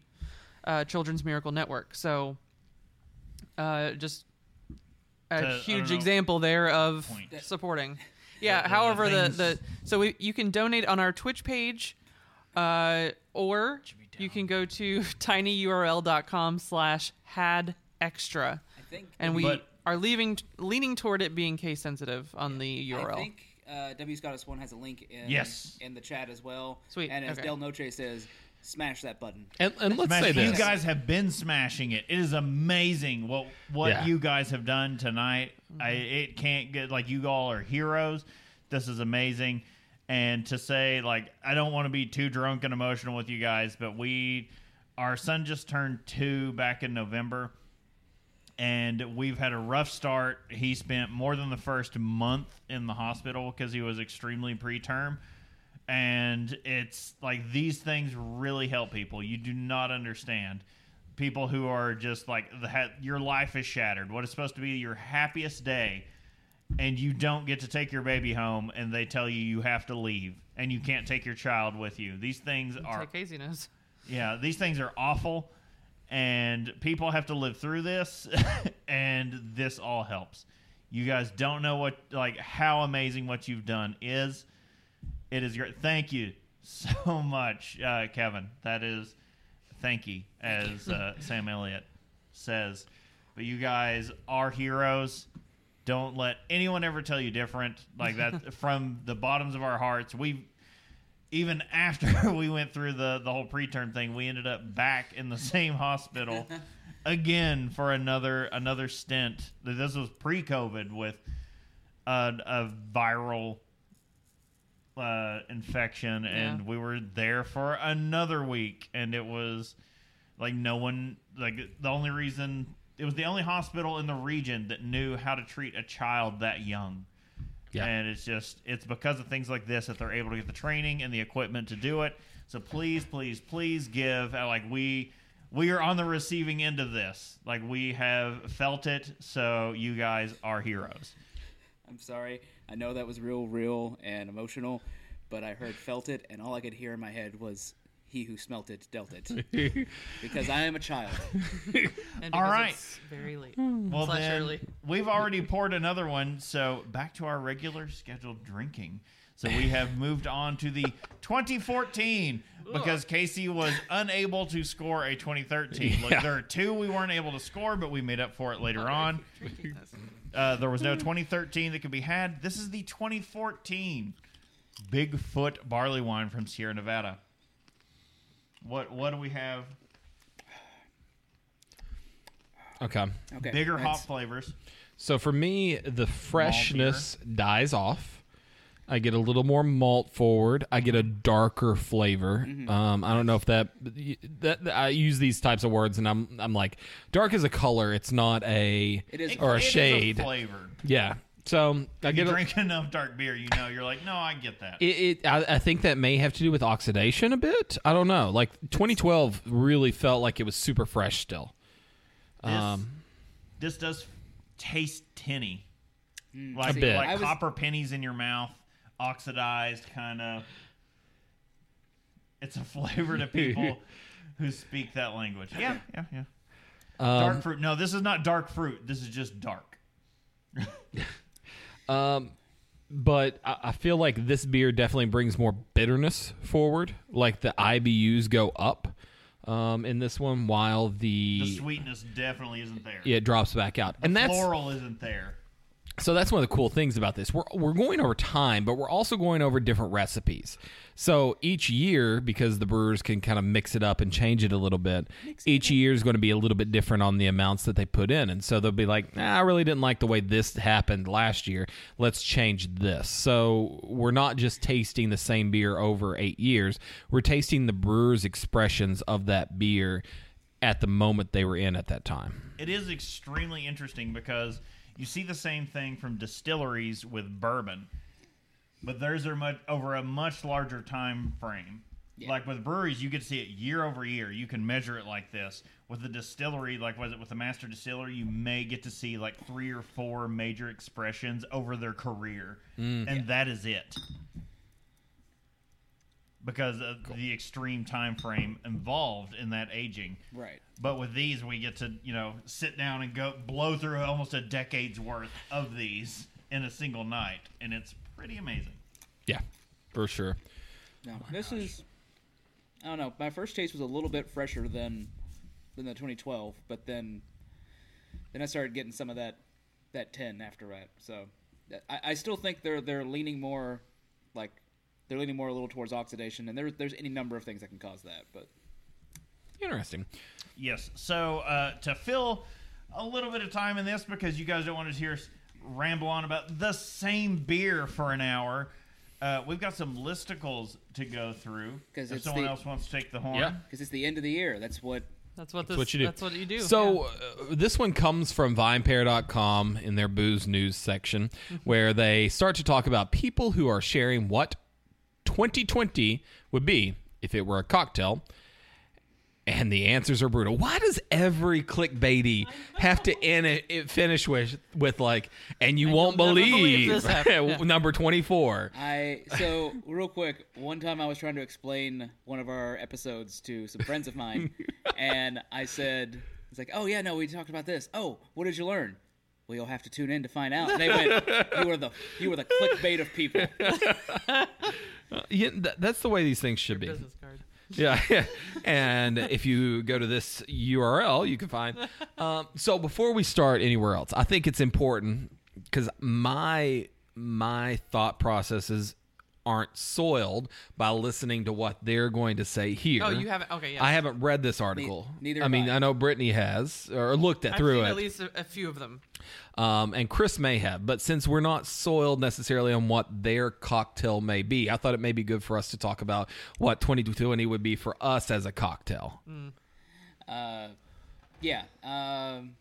F: uh, Children's Miracle Network. So, uh, just a
B: To- I don't
F: huge
B: know.
F: example there of
B: Point.
F: supporting. Yeah.
B: the
F: however, the,
B: things-
F: the so we, you can donate on our Twitch page, uh, or you can go to tinyurl.com/slash had extra,
C: I think,
F: and we
B: But-
F: are leaving leaning toward it being case sensitive on the URL.
C: I think uh, W. Scottus One has a link in,
B: Yes.
C: in the chat as well.
F: Sweet,
C: And as
F: okay.
C: Del Noche says, smash that button.
A: And, and let's
B: Smash-
A: say
B: you
A: this.
B: guys have been smashing it. It is amazing what what
A: Yeah.
B: you guys have done tonight. I, it can't get like you all are heroes. This is amazing. And to say like I don't want to be too drunk and emotional with you guys, but we our son just turned 2 back in November and we've had a rough start. He spent more than the first month in the hospital because he was extremely preterm. And it's like these things really help people. You do not understand people who are just like the ha- your life is shattered. What is supposed to be your happiest day, and you don't get to take your baby home, and they tell you you have to leave, and you can't take your child with you. These things
F: It's
B: are
F: like Casey knows.
B: yeah, these things are awful, and people have to live through this, and this all helps. You guys don't know what like how amazing what you've done is. It is great. Thank you so much, uh, Kevin. That is thank you, as uh, Sam Elliott says. But you guys are heroes. Don't let anyone ever tell you different. Like that from the bottoms of our hearts. We even after we went through the the whole preterm thing, we ended up back in the same hospital again for another another stint. This was pre-COVID with a, a viral uh, infection, and
F: Yeah.
B: we were there for another week, and it was like no one like the only reason it was the only hospital in the region that knew how to treat a child that young.
A: Yeah.
B: And it's just it's because of things like this that they're able to get the training and the equipment to do it. So please, please, please give uh, like we we are on the receiving end of this. Like we have felt it, so you guys are heroes.
C: I'm sorry. I know that was real, real, and emotional, but I heard, felt it, and all I could hear in my head was, he who smelt it dealt it. because I am a child.
F: And
B: All
F: because
B: right.
F: it's very late.
B: Well,
F: Slash
B: then,
F: early.
B: we've already poured another one, so back to our regular scheduled drinking. So we have moved on to the 2014 because Casey was unable to score a 2013. Look, there are two we weren't able to score, but we made up for it later on. Uh, there was no 2013 that could be had. This is the 2014 Bigfoot barley wine from Sierra Nevada. What what do we have?
A: Okay.
C: Okay.
B: Bigger hop
C: that's-
B: flavors.
A: So for me, the freshness dies off. I get a little more malt forward. I get a darker flavor.
B: Mm-hmm.
A: Um, I don't know if that, that that- I use these types of words, and I'm I'm like dark is a color. It's not a
C: It is-
A: or
B: It
A: a
B: is
A: shade.
B: flavor.
A: yeah. So I
B: you
A: get a,
B: drink enough dark beer, you know, you're like, no, I get that.
A: It, it I, I think that may have to do with oxidation a bit. I don't know. Like 2012 really felt like it was super fresh still.
B: this,
A: um,
B: this does taste tinny, like
A: A bit.
B: like
C: Mm, I was-
B: copper pennies in your mouth, oxidized kind of. It's a flavor to people who speak that language. Yeah, yeah, yeah.
A: Um,
B: dark fruit. No, this is not dark fruit. This is just dark.
A: But I, I feel like this beer definitely brings more bitterness forward. Like the IBUs go up um, in this one, while the,
B: The sweetness definitely isn't there.
A: yeah, it drops back out. and that's
B: Floral isn't there.
A: So that's one of the cool things about this. We're, we're going over time, but we're also going over different recipes. So each year, because the brewers can kind of mix it up and change it a little bit, each year is going to be a little bit different on the amounts that they put in. And so they'll be like, nah, I really didn't like the way this happened last year. Let's change this. So we're not just tasting the same beer over eight years, we're tasting the brewer's expressions of that beer at the moment they were in at that time.
B: it is extremely interesting because you see the same thing from distilleries with bourbon, but theirs are much over a much larger time frame. Like with breweries, you get to see it year over year. You can measure it like this. With the distillery, like was it with the master distiller, you may get to see like three or four major expressions over their career, and that is it. Because of the extreme time frame involved in that aging.
C: Right.
B: But with these, we get to you know sit down and go blow through almost a decade's worth of these in a single night, and it's pretty amazing.
A: Yeah, for sure.
C: No, this is. I don't know. My first taste was a little bit fresher than than the 2012, but then then I started getting some of that that 10 after that. So I, I still think they're they're leaning more like they're leaning more a little towards oxidation, and there, there's any number of things that can cause that. But
A: Interesting.
B: Yes. So uh, to fill a little bit of time in this, because you guys don't want to hear us ramble on about the same beer for an hour, uh, we've got some listicles to go through.
C: 'Cause
B: if
C: it's
B: someone
C: the-
B: else wants to take the horn,
A: Yeah.
C: because it's the end of the year, that's what
F: That's what this.
A: what you do.
F: That's what you do.
A: So uh, this one comes from VinePair.com in their booze news section,
F: Mm-hmm.
A: where they start to talk about people who are sharing what 2020 would be if it were a cocktail. And the answers are brutal. Why does every clickbaity have to end it, it finish with with like, and you won't
F: never believe
A: believe,
F: this happened.
A: number twenty four?
C: I so real quick. One time I was trying to explain one of our episodes to some friends of mine, and I said, "It's like, oh yeah, no, we talked about this. Oh, what did you learn? Well, you'll have to tune in to find out." And they went, "You were the you were the clickbait of people."
A: Yeah, th- that's the way these things should be.
F: yeah. business card.
A: Yeah. and if you go to this URL, you can find. Um, so before we start anywhere else, I think it's important because my my thought processes aren't soiled by listening to what they're going to say here.
F: Oh, you haven't. Okay, yeah.
A: I haven't read this article.
C: neither
A: I
C: have
A: mean,
C: I.
A: I know Brittany has or looked at
F: I've
A: through
F: seen
A: it
F: at least a, a few of them.
A: um, and Chris may have. But since we're not soiled necessarily on what their cocktail may be, I thought it may be good for us to talk about what 2020 would be for us as a cocktail.
F: Mm.
C: Yeah. Um,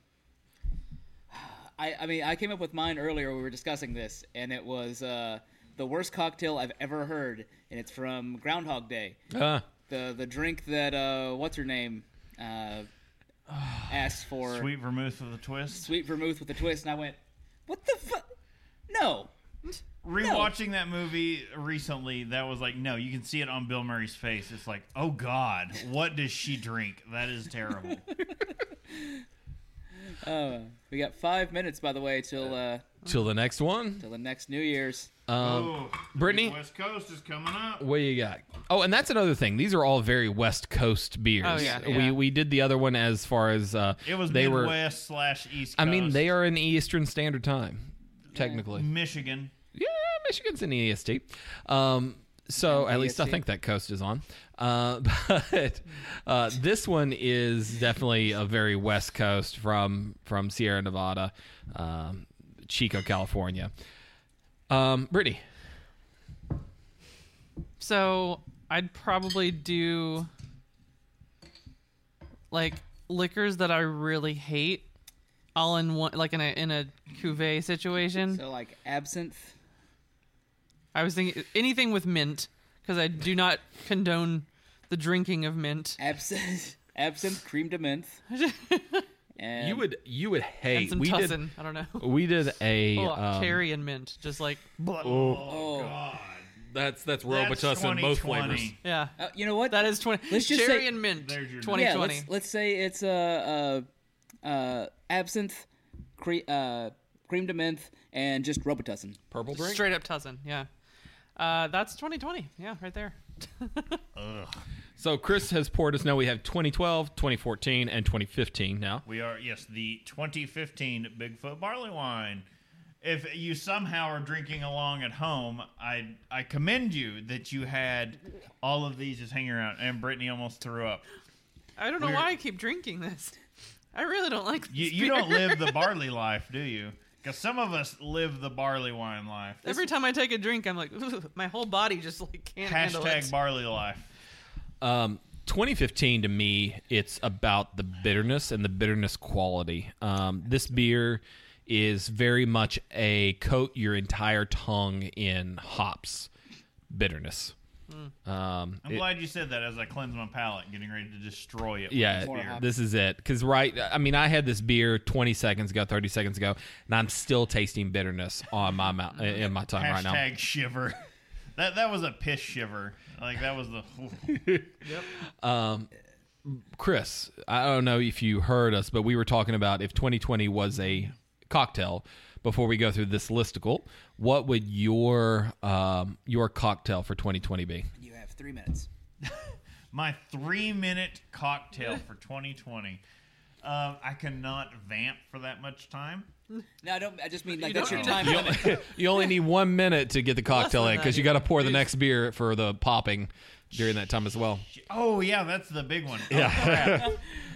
C: I I mean, I came up with mine earlier. We were discussing this, and it was uh, the worst cocktail I've ever heard, and it's from Groundhog Day.
A: Uh,
C: the the drink that uh what's her name uh asked for sweet.
B: sweet vermouth with a twist.
C: vermouth with a twist and I went what the fuck no
B: Rewatching that movie recently, that was like, no, you can see it on Bill Murray's face. It's like, oh God, what does she drink? That is terrible.
C: Uh, we got five minutes, by the way, till uh,
A: Till the next one.
C: till the next New Year's.
A: Um,
B: oh,
A: Brittany?
B: West Coast is coming up.
A: what you got? Oh, and that's another thing. These are all very West Coast beers.
F: Oh, yeah,
A: We
F: yeah.
A: we did the other one as far as uh,
B: It was
A: they
B: Midwest
A: were.
B: slash East. Coast.
A: I mean, they are in Eastern Standard Time, technically.
B: Michigan.
A: Yeah, Michigan's in EST. Um, so at
F: E
A: least I
C: EST.
A: think that coast is on. Uh, but uh, this one is definitely a very West Coast from from Sierra Nevada, um, Chico, California. Um, Brittany,
F: So I'd probably do like liquors that I really hate, all in one, like in a in a cuvee situation.
C: So like absinthe.
F: I was thinking anything with mint because I do not condone the drinking of mint.
C: Absinthe, absinthe, cream de menthe. And
A: you would you would
F: And
A: hate
F: some
A: we
F: tussin. I don't know.
A: did we did a
F: Oh,
A: um,
F: cherry and mint, just like
C: Oh,
A: that's that's
B: That's
A: Robitussin both
B: 2020.
A: flavors.
F: yeah.
C: uh, you know what?
F: That is twenty.
C: Let's just
F: cherry
C: say-
F: and mint.
B: There's your-
F: Twenty
C: yeah.
F: twenty.
C: Let's, let's say it's a uh, uh, uh, absinthe, cre- uh, cream de menthe, and just Robitussin.
A: Purple drink.
F: Straight up tussin. Yeah. Uh, that's twenty twenty. Yeah, right there.
A: So Chris has poured us. Now we have 2012, 2014, and 2015. Now
B: We are yes, the 2015 Bigfoot barley wine. If you somehow are drinking along at home, I I commend you that you had all of these just hanging around. And Brittany almost threw up.
F: I don't know
B: We're-
F: why I keep drinking this. I really don't like this.
B: You you
F: beer.
B: don't live the barley life, do you? Because some of us live the barley wine life.
F: Every time I take a drink, I'm like, "Ooh," my whole body just like can't handle
B: Hashtag
F: it.
B: barley life.
A: Um, 2015 to me, it's about the bitterness and the bitterness quality. Um, this beer is very much a coat your entire tongue in hops bitterness. Um,
B: I'm
A: it-
B: glad you said that as I cleanse my palate, getting ready to destroy it. with
A: yeah,
B: this
C: More hops.
B: beer.
A: this is it. Because right, I mean, I had this beer 20 seconds ago, 30 seconds ago, and I'm still tasting bitterness on my mouth in my tongue right now.
B: Hashtag shiver. That that was a piss shiver. Like that was the.
A: Chris, I don't know if you heard us, but we were talking about if 2020 was a cocktail. Before we go through this listicle, what would your um, your cocktail for 2020 be?
C: You have three minutes.
B: my three minute cocktail for 2020. Um, I cannot vamp for that much time.
C: No, I don't. I just mean like
F: You
C: that's your
F: don't-
C: time. limit.
A: you only need one minute to get the cocktail
F: than
A: in
F: that,
A: because you
F: yeah.
A: got to pour the next beer for the popping during that time as well.
B: Oh yeah, that's the big one. Oh, crap.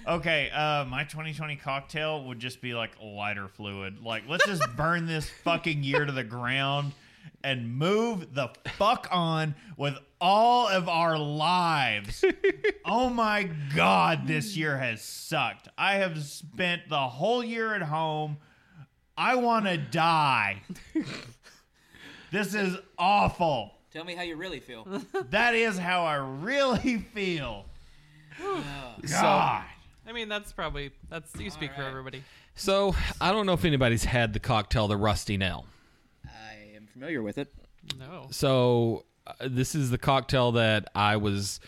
B: okay, uh, my 2020 cocktail would just be like lighter fluid. Like let's just burn this fucking year to the ground and move the fuck on with all of our lives. oh my god, this year has sucked. I have spent the whole year at home. I want to die. this is awful.
C: Tell me how you really feel.
B: That is how I really feel. God.
F: I mean, that's probably that's you speak for
C: right.
F: everybody.
A: So I don't know if anybody's had the cocktail, the Rusty Nail.
C: I am familiar with it.
F: No.
A: So uh, this is the cocktail that I was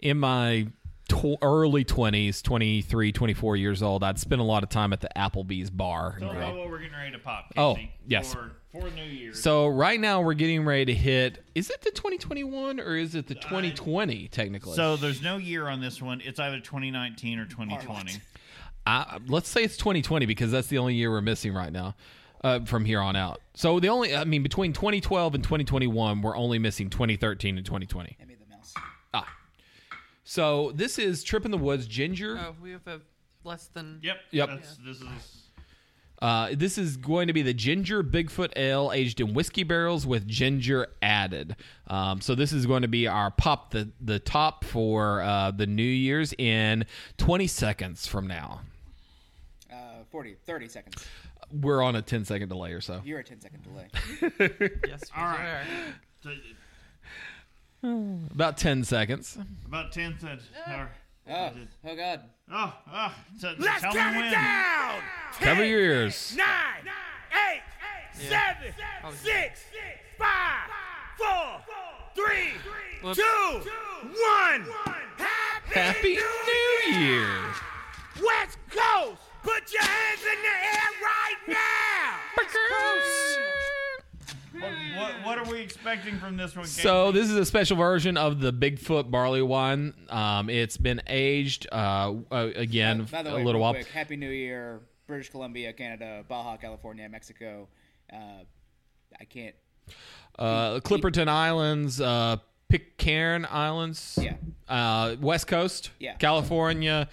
A: in my tw- early 20s, 23, 24 years old. I'd spent a lot of time at the Applebee's bar. and
B: Don't
A: grill.
B: know what we're getting ready to pop.
A: Oh,
B: Casey,
A: yes.
B: For, for New Year's.
A: So right now we're getting ready to hit is it the 2021 or is it the 2020 technically?
B: So there's no year on this one. It's either 2019 or 2020.
A: I, let's say it's 2020 because that's the only year we're missing right now. Uh, from here on out. So the only I mean between 2012 and 2021 we're only missing 2013 and 2020.
C: Hand me the mouse.
A: So this is Trip in the Woods Ginger
F: Oh, we have a less than.
B: Yep.
A: Yep.
B: That's, this is.
A: Uh, this is going to be the ginger Bigfoot ale aged in whiskey barrels with ginger added. Um, so this is going to be our pop the the top for uh, the New Year's in 20 seconds from now.
C: Uh, 40, 30 seconds.
A: We're on a 10 second delay or so.
C: You're a 10 second delay.
F: Yes.
B: All
F: we
B: right.
F: are.
B: t-
A: About 10 seconds.
B: About 10 cents.
C: Oh, oh God.
B: Oh, oh. So, Let's tell me when. Down!
A: Cover your ears.
E: Nine, eight, seven,
F: Probably.
E: six, five, four, three,
F: Whoops.
E: two, one. Happy,
A: Happy New Year!
E: West Coast! Put your hands in the air right now!
B: What, what, what are we expecting from this one? Casey?
A: So this is a special version of the Bigfoot barley wine. Um, it's been aged uh, uh, again
C: By the
A: a
C: way,
A: little
C: real
A: while.
C: quick, Happy New Year, British Columbia, Canada, Baja California, Mexico. Uh, I can't.
A: Uh, Clipperton Islands, uh, Pitcairn Islands,
C: Yeah.
A: uh, West Coast,
C: Yeah.
A: California,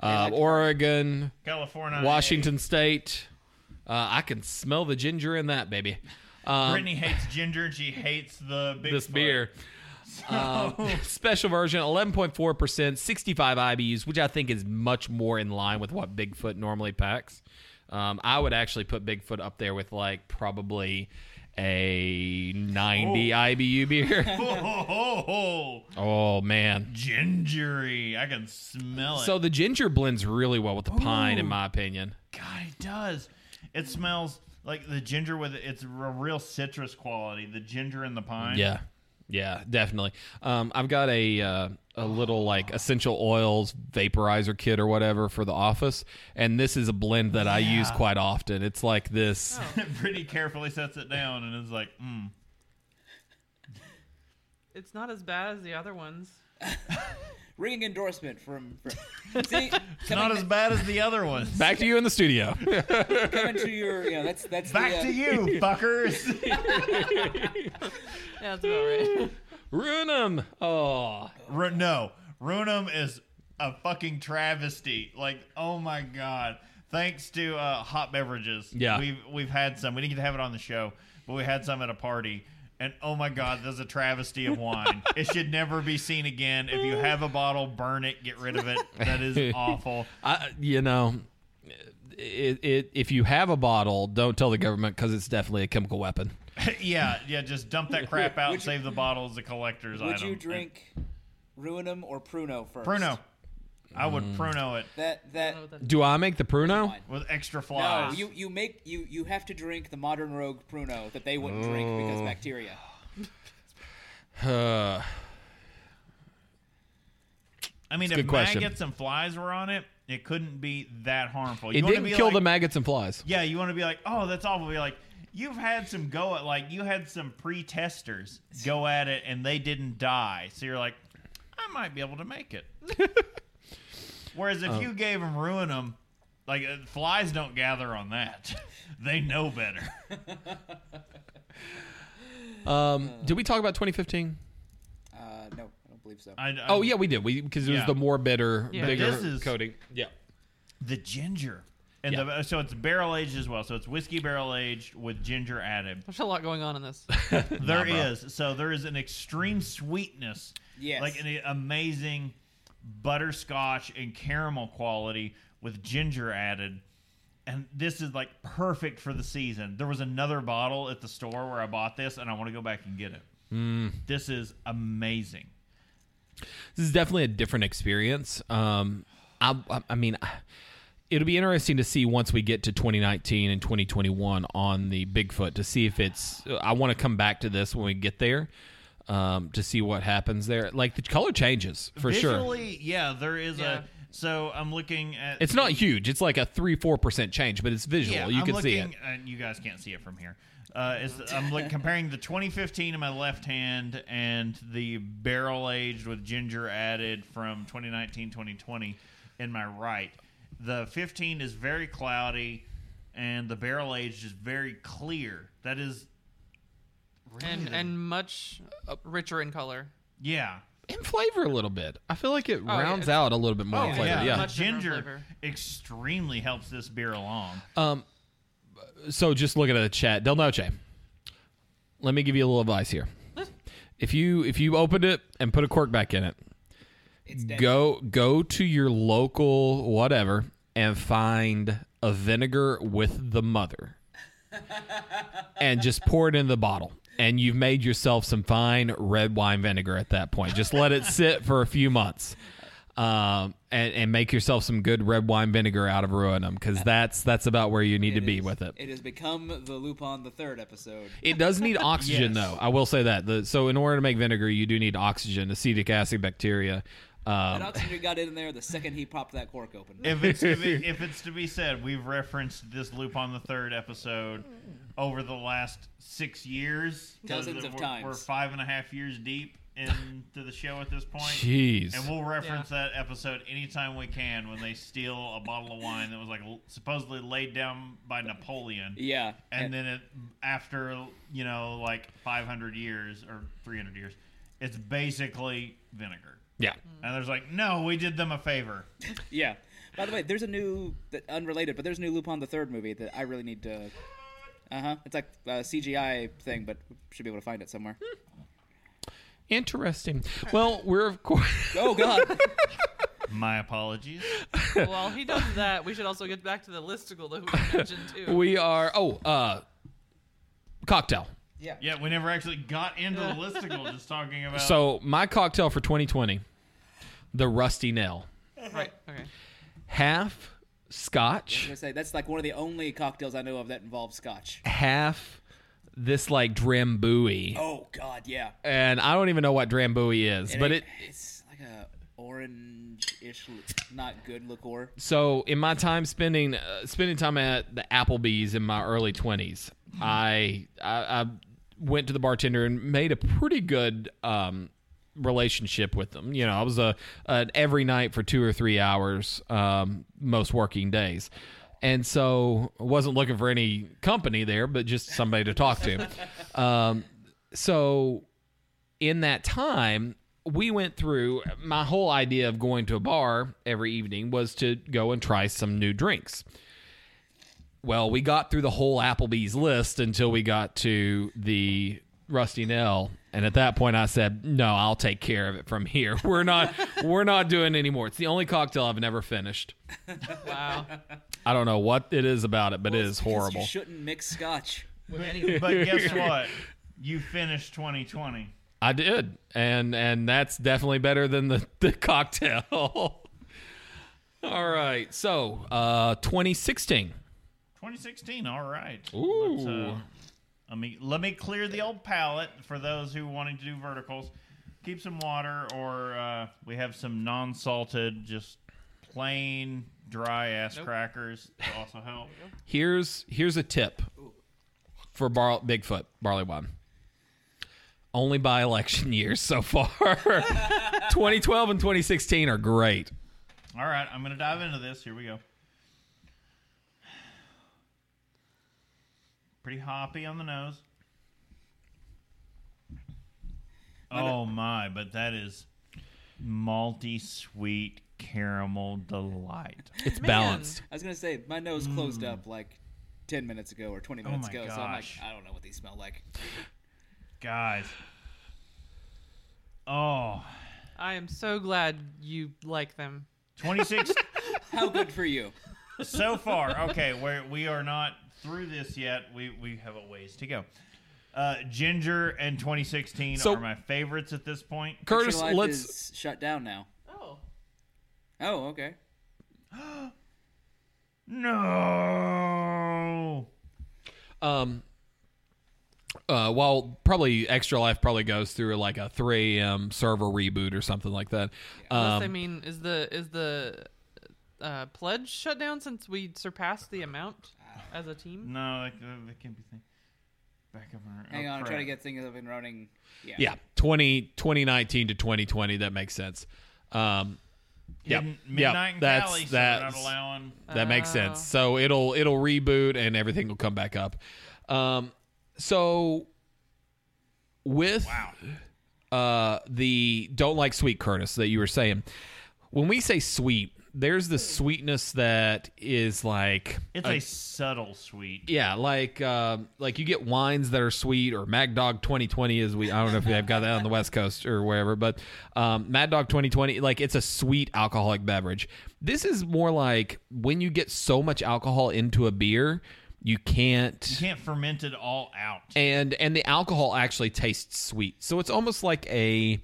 A: uh,
C: Yeah.
A: Oregon,
B: California,
A: Washington State. Uh, I can smell the ginger in that baby. Um,
B: Brittany hates ginger. and She hates the big
A: this
B: Foot.
A: beer. Um, special version, 11.4%, 65 IBUs, which I think is much more in line with what Bigfoot normally packs. Um, I would actually put Bigfoot up there with like probably a 90 IBU beer.
B: Ho, ho, ho, ho.
A: oh, man.
B: Gingery. I can smell it.
A: So the ginger blends really well with the pine, in my opinion.
B: God, it does. It smells like the ginger with it's a real citrus quality. The ginger and the pine.
A: Yeah. Yeah, definitely. Um, I've got a uh, a little like essential oils vaporizer kit or whatever for the office, and this is a blend that I use quite often. It's like this.
B: Oh, Pretty carefully sets it down and is like, mm.
F: It's not as bad as the other ones.
C: Ringing endorsement from. from see,
B: not as bad as the other ones.
A: Back to you in the studio.
C: coming to your. Yeah, that's that's
B: Back
C: the, uh,
B: to you, fuckers.
F: Yeah, that's about right.
A: Ruin 'em. Oh,
B: Ru- no, Runum is a fucking travesty. Like, oh my god. Thanks to uh, hot beverages,
A: Yeah.
B: we've we've had some. We didn't get to have it on the show, but we had some at a party. And oh my god, there's a travesty of wine. it should never be seen again. If you have a bottle, burn it, get rid of it. That is awful.
A: I, you know, it, it, if you have a bottle, don't tell the government because it's definitely a chemical weapon.
B: yeah, yeah. Just dump that crap out.
C: Would
B: and
C: you-
B: save the bottle as a collector's
C: Would
B: item.
C: you drink Ruinum or Pruno first?
B: Pruno? I would Pruno it
C: That that.
F: Oh, that's-
A: Do I make the Pruno?
C: Wine.
B: with extra flies.
C: No, you, you make you you have to drink the modern rogue Pruno that they wouldn't drink because bacteria.
A: Uh,
B: I mean,
A: a
B: if
A: good question.
B: maggots and flies were on it, it couldn't be that harmful. You
A: it
B: wanna
A: didn't
B: be
A: kill
B: like,
A: the maggots and flies.
B: Yeah, you want to be like, oh, that's awful. Be like, you've had some go at like you had some pre-testers go at it and they didn't die. So you're like, I might be able to make it. Whereas
A: Oh.
B: if you gave them ruin them, like uh, flies don't gather on that. they know better.
A: Um, did we talk about 2015?
C: Uh, no, I don't believe so.
B: I, I,
A: Oh yeah, we did. We because it was
B: Um,
A: the
B: Yeah.
A: more bitter,
F: Yeah.
A: bigger
B: This is-
A: coating. Yeah.
B: the ginger. And
A: Yeah.
B: the, so it's barrel aged as well. So it's whiskey barrel aged with ginger added.
F: There's a lot going on in this.
B: There is So there is an extreme sweetness.
C: Yes.
B: Like an amazing butterscotch and caramel quality with ginger added. And this is like perfect for the season. There was another bottle at the store where I bought this, and I want to go back and get it.
A: Hmm.
B: This is amazing.
A: this is definitely a different experience. Um, I, I- I mean, it'll be interesting to see once we get to 2019 and 2021 on the Bigfoot to see if it's. I want to come back to this when we get there um, to see what happens there. Like the color changes for sure.
B: Visually, yeah, there is
F: Yeah.
B: a. So I'm looking at.
A: It's not huge. It's like a three four percent change, but it's visual. you
B: I'm
A: can see
B: looking,
A: it.
B: Uh, you guys can't see it from here. Uh, it's, I'm like comparing the 2015 in my left hand and the barrel aged with ginger added from 2019 2020 in my right. The 15 is very cloudy, and the barrel aged is very clear. That is,
F: and and much uh, richer in color.
B: yeah,
A: And flavor a little bit. I feel like
B: Oh,
A: it
F: yeah,
A: rounds
F: it's-
A: out a little bit more in flavor.
F: yeah.
A: yeah.
F: Much different
B: ginger
F: flavor.
B: extremely helps this beer along.
A: so just looking at the chat, Del Noche. Let me give you a little advice here. If you if you opened it and put a cork back in it,
C: It's dead.
A: go go to your local whatever and find a vinegar with the mother, and just pour it in the bottle. And you've made yourself some fine red wine vinegar at that point. Just let it sit for a few months. um, and, and make yourself some good red wine vinegar out of Ruinum because that's that's about where you need to be
C: is-
A: with it.
C: It has become the Lupin the Third episode.
A: It does need oxygen,
B: Yes.
A: though. I will say that. The, so, in order to make vinegar, you do need oxygen, acetic acid, bacteria.
C: That
A: Um,
C: oxygen got in there the second he popped that cork open.
B: If it's to be, if it's to be said, we've referenced this loop on the third episode over the last six years. 'cause
C: Dozens of
B: we're,
C: times.
B: We're five and a half years deep into the show at this point.
A: jeez.
B: And we'll reference that episode anytime we can when they steal a bottle of wine that was like l- supposedly laid down by Napoleon.
C: yeah,
B: And then it, after, you know, like 500 years or 300 years, it's basically vinegar.
A: yeah.
B: And there's like, no, we did them a favor.
C: yeah. By the way, there's a new that- unrelated, but there's a new Lupin the Third movie that I really need to. Uh huh. It's like a CGI thing, but should be able to find it somewhere.
A: Interesting. Well, we're, of course.
C: oh God.
B: My apologies.
F: While he does that, we should also get back to the listicle that we mentioned too.
A: We are. Oh, uh, cocktail.
B: Yeah, we never actually got into the listicle just talking about.
A: So, my cocktail for 2020 the Rusty Nail.
F: right. Okay.
A: Half scotch,
C: I say that's like one of the only cocktails I know of that involves scotch.
A: half this like drambuie.
C: Oh God, yeah.
A: And I don't even know what drambuie is, but it.
C: it's like a orange-ish, li- not good liqueur.
A: so in my time spending uh, spending time at the Applebee's in my early twenties, I, I I went to the bartender and made a pretty good um, relationship with them. You know, I was a, a every night for two or three hours um, most working days, and so I wasn't looking for any company there, but just somebody to talk to. um, so in that time, we went through my whole idea of going to a bar every evening was to go and try some new drinks. Well, we got through the whole Applebee's list until we got to the Rusty Nail, and at that point I said, "No, I'll take care of it from here. We're not we're not doing anymore. It's the only cocktail I've never finished.
F: Wow.
A: I don't know what it is about it, but it is
C: Because
A: horrible.
C: You shouldn't mix scotch.
B: But guess what? You finished 2020.
A: I did, and and that's definitely better than the the cocktail. All right, so uh, 2016.
B: 2016. All right.
A: Ooh.
B: Let's, uh, let me let me clear the old palate for those who wanting to do verticals. Keep some water, or uh, we have some non-salted, just plain dry ass crackers to also help.
A: Here's here's a tip for bar- Bigfoot barley wine. Only by election years so far. 2012 and 2016 are great.
B: All right, I'm gonna dive into this. Here we go. Pretty hoppy on the nose. Oh my, but that is malty sweet caramel delight.
A: It's balanced.
C: I was gonna say my nose closed up like ten minutes ago or twenty minutes
B: Hmm. Oh my
C: ago, so I'm like,
B: gosh.
C: I don't know what these smell like.
B: Guys. Oh,
F: I am so glad you like them.
B: 26
C: How good for you?
B: so far. Okay, we're, we are not through this yet. We, we have a ways to go. Uh, Ginger and 2016
A: So-
B: are my favorites at this point.
A: Curtis,
C: Extra Life
A: let's
C: is shut down now.
F: Oh.
C: Oh, okay.
B: No.
A: um uh while probably extra life probably goes through like a 3 a.m server reboot or something like that
F: Unless,
A: um,
F: I mean, is the is the uh, pledge shut down since we surpassed the amount as a team?
B: No, that, that, that can't be thing. Back up. and-
C: Hang
B: oh,
C: on, I'm
B: crap.
C: trying to get things up and running. Yeah.
A: yeah 20 2019 to 2020 that makes sense um yeah
B: Hidden-
A: yeah
B: Midnight in
A: that's
B: Cali, so we're
A: that's
B: not allowing.
A: that makes sense so it'll it'll reboot and everything will come back up um so with uh the don't like sweet curtis that you were saying when we say sweet there's the sweetness that is like
B: It's a subtle sweet.
A: yeah, like uh, like you get wines that are sweet, or Mad Dog 2020 is we. I don't know if they've got that on the West Coast or wherever, but um, Mad Dog 2020, like it's a sweet alcoholic beverage. This is more like when you get so much alcohol into a beer, you can't
B: You can't ferment it all out.
A: and and the alcohol actually tastes sweet so it's almost like a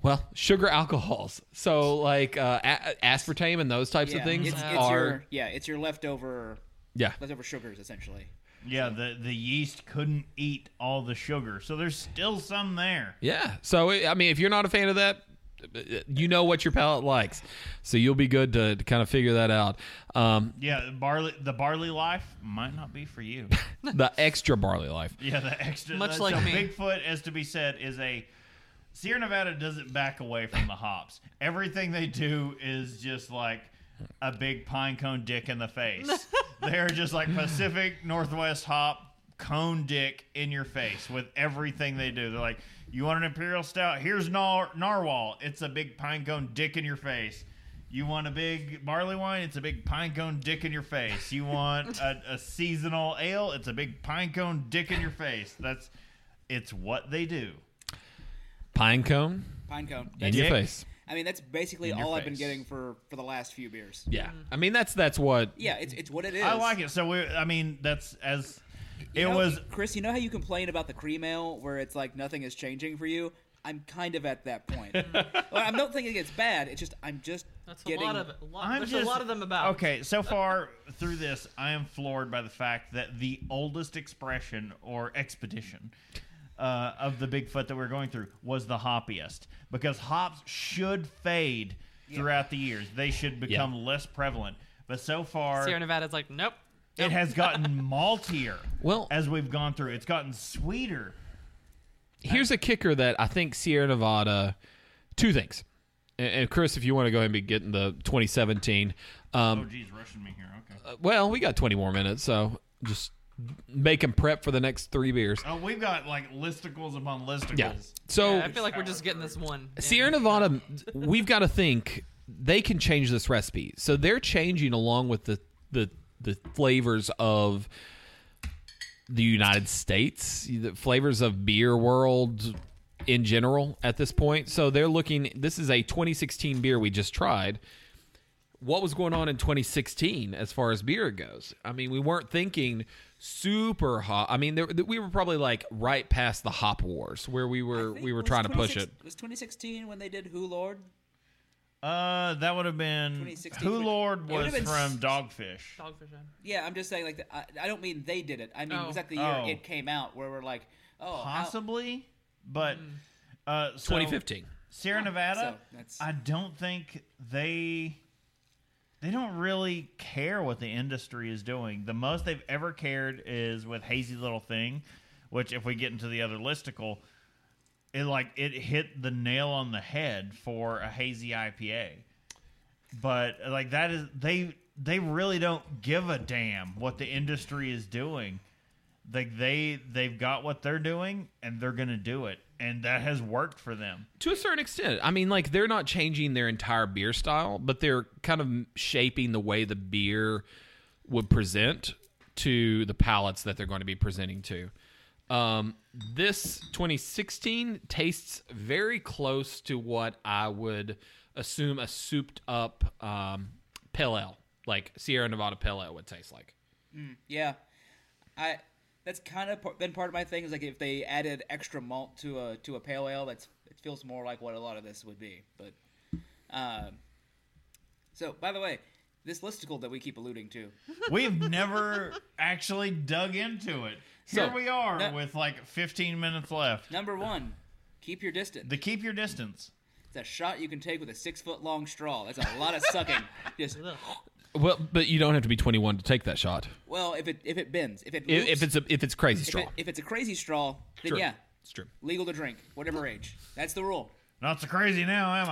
A: Well, sugar alcohols. So like uh, a- aspartame and those types
C: Yeah,
A: of things
C: it's, it's
A: are
C: your yeah, it's your leftover
A: yeah.
C: leftover sugars essentially.
B: Yeah, the the yeast couldn't eat all the sugar, so there's still some there.
A: Yeah. So I mean, if you're not a fan of that, you know what your palate likes, so you'll be good to, to kind of figure that out. Um,
B: Yeah, the barley the barley life might not be for you.
A: the extra barley life.
B: yeah, the extra
F: Much
B: the-
F: like
B: so
F: me.
B: Bigfoot, as to be said, is a Sierra Nevada doesn't back away from the hops. Everything they do is just like a big pine cone dick in the face. They're just like Pacific Northwest hop cone dick in your face with everything they do. They're like, you want an imperial stout? Here's nar- narwhal. It's a big pine cone dick in your face. You want a big barley wine? It's a big pine cone dick in your face. You want a, a seasonal ale? It's a big pine cone dick in your face. That's it's what they do.
A: Pine cone
C: Pinecone.
A: in
C: That's,
A: your
B: Dick.
A: face.
C: I mean, that's basically
B: your
C: all I've been
B: face.
C: getting for for the last few beers.
A: Yeah.
F: Mm-hmm.
A: I mean, that's that's what.
C: Yeah, it's it's what it is.
B: I like it. So we, I mean, that's as it
C: You know,
B: was.
C: Chris. You know how you complain about the cream ale, where it's like nothing is changing for you. I'm kind of at that point. well, I don't think it gets bad. It's just I'm just
F: That's
C: getting
F: a lot of it. A lot-
B: I'm
F: there's
B: just,
F: a lot of them about.
B: Okay, so far through this, I am floored by the fact that the oldest expression or expedition uh, of the Bigfoot that we're going through was the hoppiest because hops should fade throughout the years. They should become less prevalent. But so far,
F: Sierra Nevada's like, nope.
B: it has gotten maltier
A: Well-
B: as we've gone through. It's gotten sweeter.
A: Here's a kicker that I think Sierra Nevada. Two things. And, and Chris, if you want to go ahead and be getting the 2017. Um,
B: Oh, geez, rushing me here. Okay.
F: Oh,
A: well, we got 20 more minutes, so just make them prep for the next three beers.
B: Oh, we've got like listicles upon listicles.
A: Yeah.
B: Oh.
A: So
F: Yeah, I feel like we're just getting this one. in.
A: Sierra Nevada, we've got to think they can change this recipe. So they're changing along with the the the flavors of the United States, the flavors of beer world in general at this point. So they're looking this is a 2016 beer we just tried. What was going on in 2016 as far as beer goes? I mean, we weren't thinking super hot. I mean, there, we were probably like right past the hop wars where we were we were trying to push it.
C: Was 2016 when they did Who Lord?
B: Uh, that would have been
C: 2016.
B: Who Lord
C: It
B: was
C: would have been
B: from
C: s-
B: Dogfish.
F: Dogfish Head.
C: Yeah, I'm just saying. Like, the, I, I don't mean they did it. I mean,
F: Oh.
C: was that the year
B: Oh.
C: it came out where we're like, oh, how-
B: possibly, but
C: Mm.
B: uh, so
A: 2015.
B: Sierra Nevada.
C: so that's-
B: I don't think they they don't really care what the industry is doing. The most they've ever cared is with Hazy Little Thing, which if we get into the other listicle, it like it hit the nail on the head for a hazy IPA. But like that is they they really don't give a damn what the industry is doing. Like they they've got what they're doing and they're gonna do it. And that has worked for them.
A: to a certain extent. I mean, like they're not changing their entire beer style, but they're kind of shaping the way the beer would present to the palates that they're going to be presenting to. Um, this 2016 tastes very close to what I would assume a souped up um, pale ale, like Sierra Nevada pale ale, would taste like.
C: yeah, I. That's kind of par- been part of my thing. Is like if they added extra malt to a to a pale ale, that's it feels more like what a lot of this would be. But, um, so by the way, this listicle that we keep alluding to,
B: We've never actually dug into it. Here
A: So-
B: we are
C: No.
B: with like 15 minutes left.
C: number one, keep your distance.
B: The keep your distance.
C: It's a shot you can take with a six foot long straw. That's a lot of sucking. Just
A: Well, but you don't have to be 21 to take that shot.
C: well, if it if it bends, if it
A: If,
C: loops,
A: if it's a if it's crazy
C: if,
A: straw,
C: it- if it's a crazy straw, then
A: Sure.
C: yeah,
A: it's true.
C: legal to drink, whatever age. That's the rule.
B: Not so crazy now, am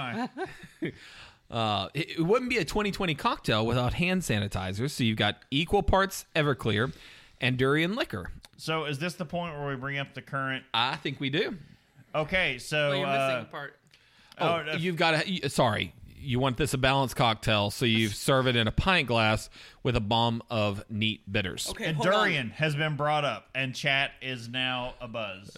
B: I?
A: Uh, it, it wouldn't be a 2020 cocktail without hand sanitizer. So you've got equal parts Everclear and durian liquor.
B: so, is this the point where we bring up the current?
C: Uh,
A: I think we do.
B: Okay, so.
F: Well, you're
B: uh,
F: missing the part.
A: Oh,
B: Oh, that's-
A: you've got a sorry. You want this a balanced cocktail, so you serve it in a pint glass with a bomb of neat bitters.
C: Okay,
B: and
C: hold on.
B: durian has been brought up, and chat is now a buzz.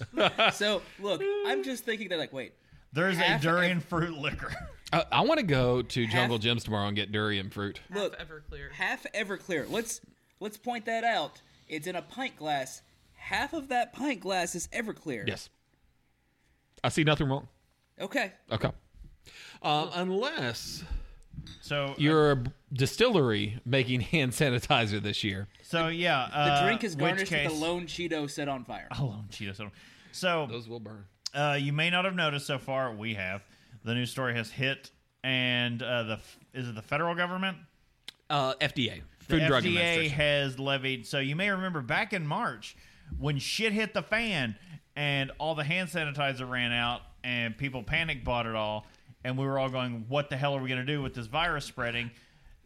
C: So look, I'm just thinking they're like, wait,
B: There's a
C: Half
B: durian fruit liquor.
A: Uh, I want to go to Jungle
C: Half-
A: Gyms tomorrow and get durian fruit.
C: look,
F: Half Everclear.
C: half Everclear. Let's let's point that out. It's in a pint glass. Half of that pint glass is Everclear.
A: Yes, I see nothing wrong.
C: Okay.
A: Okay. Um, unless
B: So
A: you're a distillery making hand sanitizer this year.
B: so yeah.
C: The
B: Uh,
C: drink is
B: which
C: garnished
B: case, Uh-huh.
C: with a lone Cheeto set on fire.
B: alone Cheetos. So
A: Those will burn.
B: uh, you may not have noticed so far. We have the news story has hit, and uh, the f- is it the federal government?
A: Uh, FDA,
B: The
A: Food and Drug
B: FDA
A: Administration.
B: has levied. So you may remember back in March when shit hit the fan and all the hand sanitizer ran out and people panic bought it all and we were all going, "What the hell are we going to do with this virus spreading?"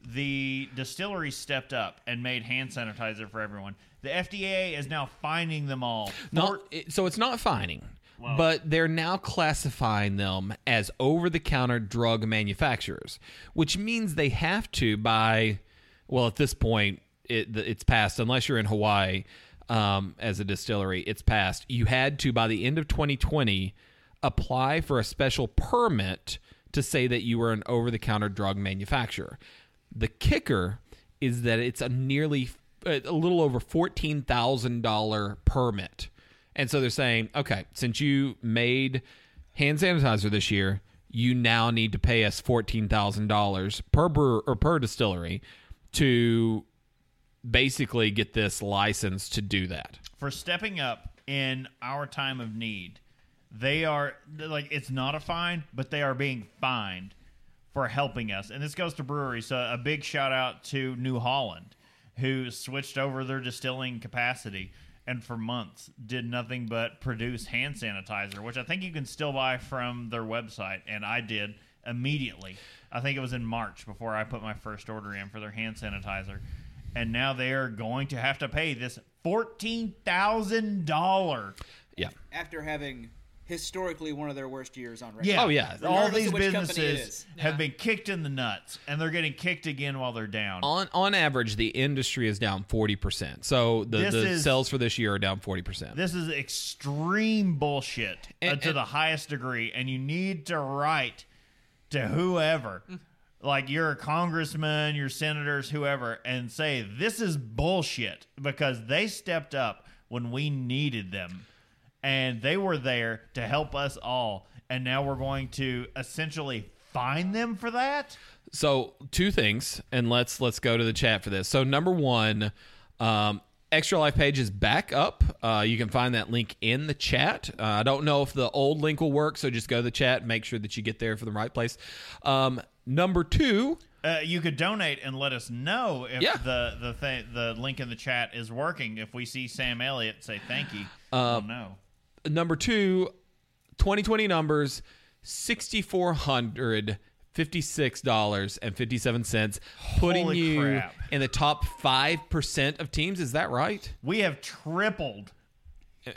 B: The distillery stepped up and made hand sanitizer for everyone. The FDA is now finding them all.
A: Not, it- so it's not fining, but they're now classifying them as over-the-counter drug manufacturers, which means they have to by, well, at this point, it, the- it's passed unless you're in Hawaii um, as a distillery. It's passed. You had to by the end of 2020 apply for a special permit to say that you were an over-the-counter drug manufacturer. The kicker is that it's a nearly uh, a little over fourteen thousand dollar permit, and so they're saying, okay, since you made hand sanitizer this year, you now need to pay us fourteen thousand dollars per brewer or per distillery to basically get this license to do that.
B: for stepping up in our time of need. They are they're like it's not a fine, but they are being fined for helping us. And this goes to breweries. So a big shout out to New Holland, who switched over their distilling capacity and for months did nothing but produce hand sanitizer, which I think you can still buy from their website. And I did immediately. I think it was in March before I put my first order in for their hand sanitizer and now they are going to have to pay this fourteen thousand dollar.
A: Yeah.
C: After having historically one of their worst years on record.
B: Yeah,
A: Oh, yeah.
B: all
C: Regardless
B: these
C: of which company it
B: businesses
C: is.
B: have been kicked in the nuts, and they're getting kicked again while they're down.
A: On on average, the industry is down forty percent. So the,
B: This
A: the
B: is-
A: sales for this year are down forty percent.
B: This is extreme bullshit uh,
A: And-
B: to
A: and-
B: the highest degree, and you need to write to whoever,
A: Mm.
B: like your congressman, your senators, whoever, and say this is bullshit because they stepped up when we needed them, and they were there to help us all, and now we're going to essentially fine them for that.
A: So two things, and let's let's go to the chat for this. So number one, um, extra life page is back up. Uh, you can find that link in the chat. Uh, I don't know if the old link will work, so just go to the chat. Make sure that you get there for the right place. Um, number two,
B: Uh, you could donate and let us know if
A: Yeah.
B: the the thing the link in the chat is working. If we see Sam Elliott, say thank you. Uh, no.
A: number two, 2020 numbers, sixty four hundred fifty six dollars and fifty seven cents, putting
B: Holy
A: you
B: crap.
A: in the top five percent of teams. Is that right?
B: We have tripled.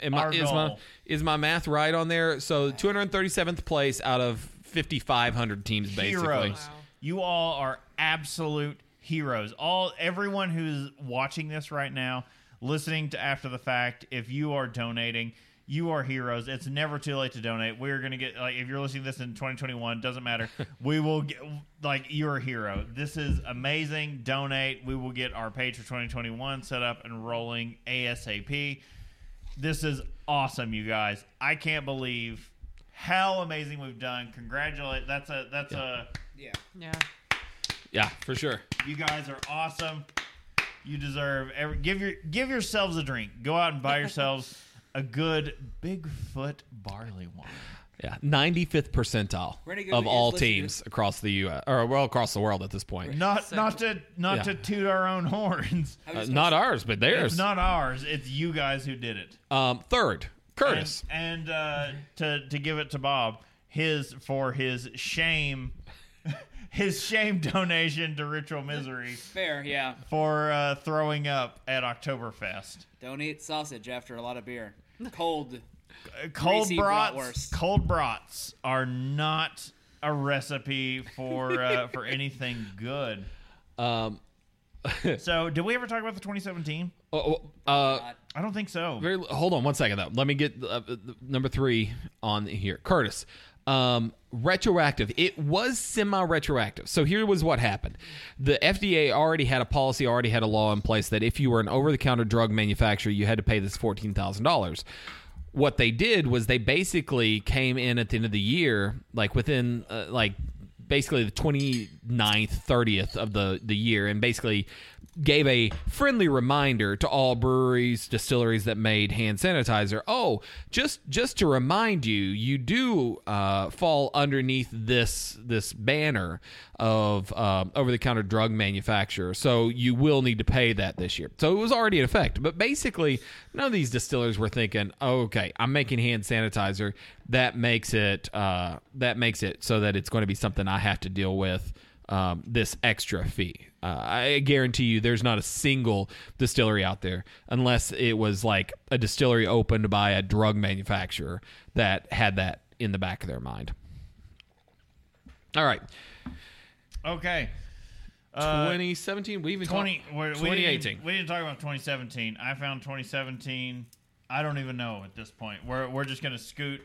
A: Am I,
B: our
A: is my
B: goal.
A: is my math right on there? So 237th place out of 5,500 teams, basically.
B: Heroes. You all are absolute heroes. All everyone who's watching this right now, listening to after the fact, if you are donating, you are heroes. It's never too late to donate. We're gonna get like if you're listening to this in 2021, doesn't matter. we will get like you're a hero. This is amazing. Donate. We will get our page for 2021 set up and rolling ASAP. This is awesome, you guys. I can't believe how amazing we've done. Congratulate. That's a that's a
C: Yeah.
F: Yeah.
A: Yeah, for sure.
B: you guys are awesome. You deserve every give your give yourselves a drink. Go out and buy yourselves a good Bigfoot barley wine.
A: Yeah, 95th percentile
C: We're gonna go
A: of
C: is
A: all
C: listed as-
A: teams across the U.S. or well across the world at this point.
B: Not not to not
A: Yeah.
B: to toot our own horns.
A: Uh, not ours, but
B: It's
A: theirs.
B: not ours. It's you guys who did it.
A: um, third, Curtis.
B: And, and uh, to to give it to Bob, his for his shame, his shame donation to Ritual Misery
C: Fair, yeah.
B: for uh, throwing up at Oktoberfest.
C: Don't eat sausage after a lot of beer. Cold.
B: Uh, Cold
C: Greasy
B: brats,
C: bratwurst.
B: cold brats are not a recipe for uh, for anything good.
A: Um,
B: So, did we ever talk about the 2017?
A: oh, oh, uh,
B: I don't think so.
A: very, hold on one second though. Let me get uh, uh, number three on here. Curtis, um, retroactive. It was semi-retroactive. So here was what happened: the FDA already had a policy, already had a law in place that if you were an over-the-counter drug manufacturer, you had to pay this fourteen thousand dollars. what they did was they basically came in at the end of the year, like within uh, like basically the 29th, 30th of the, the year, and basically gave a friendly reminder to all breweries, distilleries that made hand sanitizer. Oh, just just to remind you, you do uh, fall underneath this this banner of um, over the counter drug manufacturer, so you will need to pay that this year. So it was already in effect, but basically, none of these distillers were thinking, oh, okay, I'm making hand sanitizer. That makes it uh, that makes it so that it's going to be something I have to deal with um, this extra fee. Uh, I guarantee you, there's not a single distillery out there, unless it was like a distillery opened by a drug manufacturer that had that in the back of their mind. All right,
B: Okay. Uh,
A: 2017. We even
B: 20,
A: talked-
B: we- we didn't-
A: 2018.
B: We didn't talk about 2017. I found 2017. I don't even know at this point. We're, we're just gonna scoot,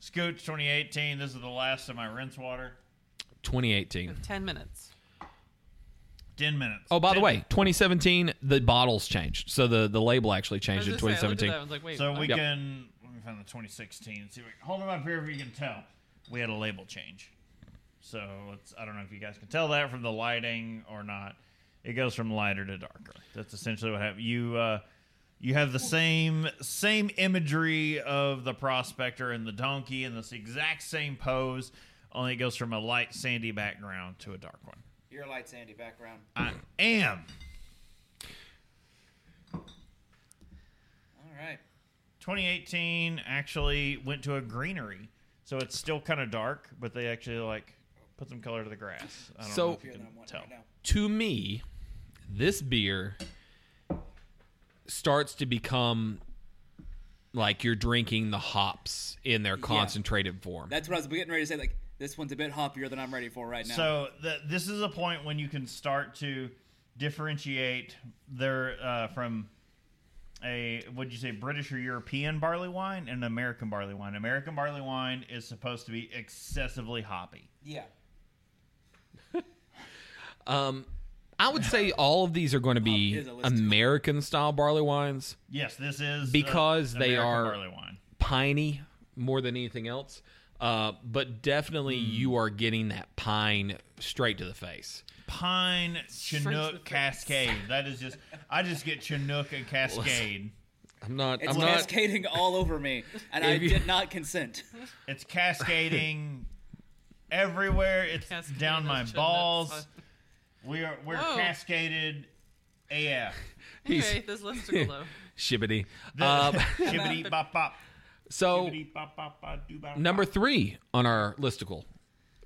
B: scoot to 2018. This is the last of my rinse water.
A: 2018.
F: Ten minutes.
B: Ten minutes.
A: Oh, by the
B: Ten-
A: way, 2017. The bottles changed, so the the label actually
F: I was
A: changed in
F: gonna say, I looked at
A: 2017.
F: that, I was like, wait,
B: So
F: what?
B: we
A: Yep.
B: can let me find the 2016. See, if we, hold them up here if you can tell. We had a label change. So let's. I don't know if you guys can tell that from the lighting or not. It goes from lighter to darker. That's essentially what happened. You uh, you have the same same imagery of the prospector and the donkey in this exact same pose. Only it goes from a light sandy background to a dark one.
C: You're a light sandy background.
B: I am
C: All right.
B: 2018 actually went to a greenery, so it's still kind of dark, but they actually like put some color to the grass. I don't
A: So-
B: know if you can
C: Feeling I'm wanting
B: tell.
C: right now.
A: to me, this beer starts to become like you're drinking the hops in their concentrated form.
C: That's what I was getting ready to say. Like this one's a bit hoppier than I'm ready for right now.
B: So th- this is a point when you can start to differentiate their uh, from a would you say British or European barley wine and an American barley wine. American barley wine is supposed to be excessively hoppy.
C: yeah.
A: I would say all of these are going to
C: Hop
A: be
C: is a list.
A: American style barley wines,
B: Yes, this is uh,
A: Because they
B: American
A: are-
B: barley wine.
A: piney more than anything else. Uh, but definitely, you are getting that pine straight to the face.
B: Pine Chinook
F: the face.
B: Cascade. That is just I just get Chinook and Cascade.
A: I'm not.
C: It's
A: I'm not.
C: cascading all over me, and I
A: If you-
C: did not consent.
B: It's cascading everywhere. It's
F: Cascading
B: down my
F: those
B: balls.
F: chestnuts.
B: We are we're
F: Whoa.
B: cascaded AF.
A: He's-
F: Anyway, this list took a low.
A: Shibbity.
B: The-
A: Um,
B: Shibbity bop bop.
A: so,
B: Shibbity bop bop bop doo bop.
A: number three on our listicle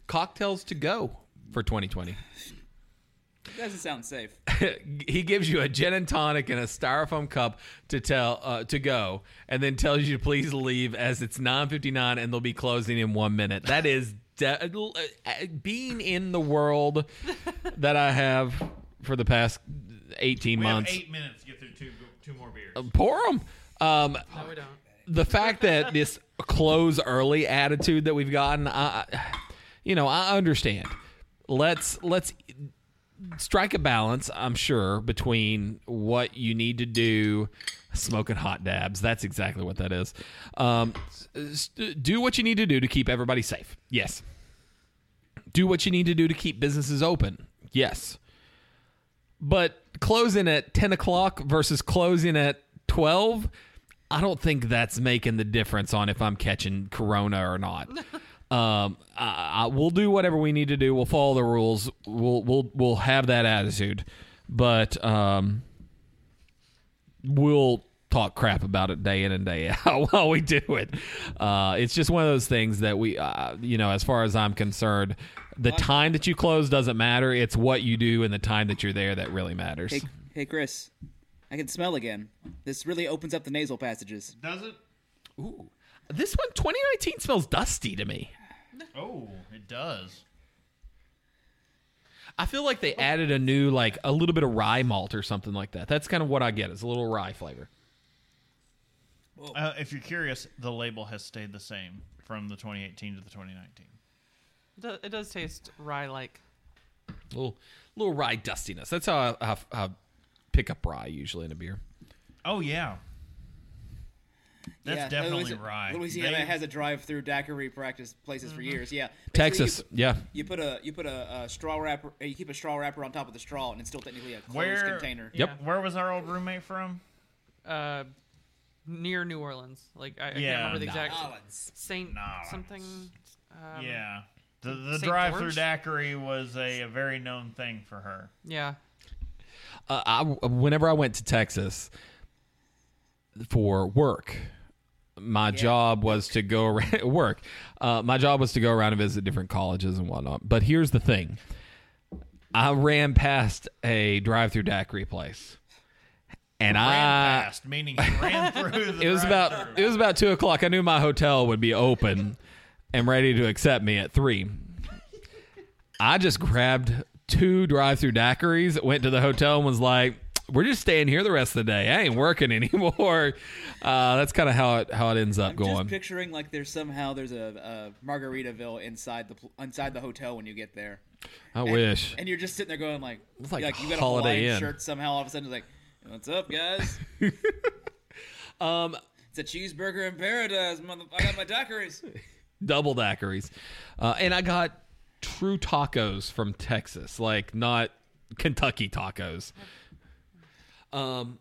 A: cocktails to go for 2020.
C: doesn't sound safe.
A: he gives you a gin and tonic and a styrofoam cup to tell uh, to go, and then tells you to please leave as it's nine fifty nine and they'll be closing in one minute. That is de- uh, being in the world that I have for the past eighteen
B: we have
A: months.
B: eight minutes to get through two two more beers.
A: Pour 'em. Um,
F: No, we don't.
A: the fact that this close early attitude that we've gotten, I, I- you know, I understand. Let's let's strike a balance. I'm sure between what you need to do, smoking hot dabs. That's exactly what that is. Um, s- s- do what you need to do to keep everybody safe. Yes. Do what you need to do to keep businesses open. Yes. But closing at 10 o'clock versus closing at 12, I don't think that's making the difference on if I'm catching Corona or not. um, I, I, we'll do whatever we need to do. We'll follow the rules. We'll we'll we'll have that attitude, but um, we'll talk crap about it day in and day out while we do it. Uh, it's just one of those things that we, uh, you know, as far as I'm concerned, the time that you close doesn't matter. It's what you do and the time that you're there that really matters.
C: Hey, hey, Chris, I can smell again. This really opens up the nasal passages.
B: Does it?
A: Ooh. This one, 2019, smells dusty to me.
B: Oh, it does.
A: I feel like they added a new, like a little bit of rye malt or something like that. That's kind of what I get. It's a little rye flavor.
B: Uh, if you're curious, the label has stayed the same from the 2018 to the 2019.
F: It does, it does taste rye-like.
A: A little, little rye dustiness. That's how I, how, how I pick up rye usually in a beer.
B: Oh yeah. Oh, That's
C: yeah,
B: definitely
C: Louisi-
B: right.
C: Louisiana
B: They- Mm-hmm.
C: has a drive-through daiquiri practice places for years. Yeah, Basically,
A: Texas,
C: You,
A: yeah.
C: you put a you put a, a straw wrapper. uh, You keep a straw wrapper on top of the straw, and it's still technically a closed
B: Where-
C: container.
A: Yep.
F: Yeah.
B: Where was our old roommate from?
F: uh, near New Orleans. Like I,
B: Yeah,
F: I can't remember the
B: New
F: exact
G: Collins.
F: Saint
B: Orleans.
F: something. Um,
B: yeah. The, the
F: St.
B: drive through
F: George?
B: daiquiri was a, a very known thing for her.
F: yeah.
A: uh, I, whenever I went to Texas for work, my job was to go around work. Uh, my job was to go around and visit different colleges and whatnot. But here's the thing: I ran past a drive-through daiquiri place, and
B: Ran
A: I
B: past, meaning he ran through the
A: Uh, it was about it was about two o'clock. I knew my hotel would be open and ready to accept me at three. I just grabbed two drive-through daiquiris, went to the hotel, and was like, "We're just staying here the rest of the day. I ain't working anymore." Uh, that's kind of how it how it ends up
C: Just
A: going.
C: picturing like there's somehow there's a, a Margaritaville inside the pl- inside the hotel when you get there,
A: I wish.
C: and you're just sitting there going like,
A: It's like
C: you got a
A: Holiday
C: Hawaiian
A: Inn.
C: shirt somehow. All of a sudden, it's like, what's up, guys?
A: Um,
C: It's a cheeseburger in paradise, mother. I got my daiquiris.
A: double daiquiris, uh, and I got true tacos from Texas, like not Kentucky tacos. Um,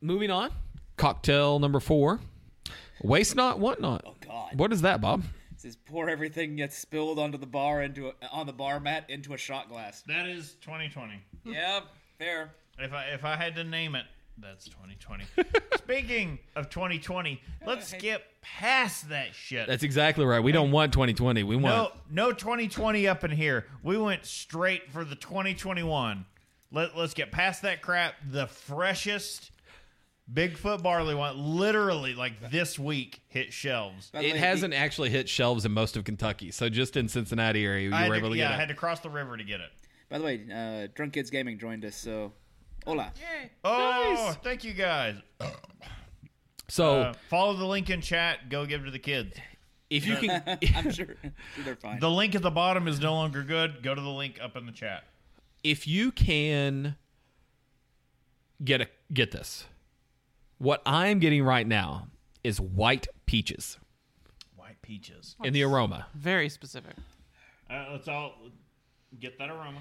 A: moving on, cocktail number four, waste not, want not. Oh
C: God.
A: what is that, Bob?
C: Just pour everything that's spilled onto the bar into a, on the bar mat into a shot glass.
B: That is 2020.
C: yeah, fair.
B: If I if I had to name it, that's 2020. Speaking of 2020, let's skip past that shit.
A: That's exactly right. We don't want 2020. We want
B: no no 2020 up in here. We went straight for the 2021. Let let's get past that crap. The freshest Bigfoot barley wine, literally like this week, hit shelves.
C: By the
A: it
C: way,
A: hasn't actually hit shelves in most of Kentucky, so just in Cincinnati area, you
B: I
A: were
B: had
A: able
B: to,
A: to
B: yeah, I
A: get
B: had
A: it.
B: to cross the river to get it.
C: By the way, uh, Drunk Kids Gaming joined us, so hola.
B: Oh, thank you guys.
A: So
B: Uh, follow the link in chat. Go give it to the kids.
A: if you can,
C: I'm sure sure they're fine.
B: The link at the bottom is no longer good. Go to the link up in the chat.
A: if you can get a get this what i'm getting right now is white peaches
B: White peaches.
A: in the aroma
F: Very specific.
B: Uh, let's all get that aroma.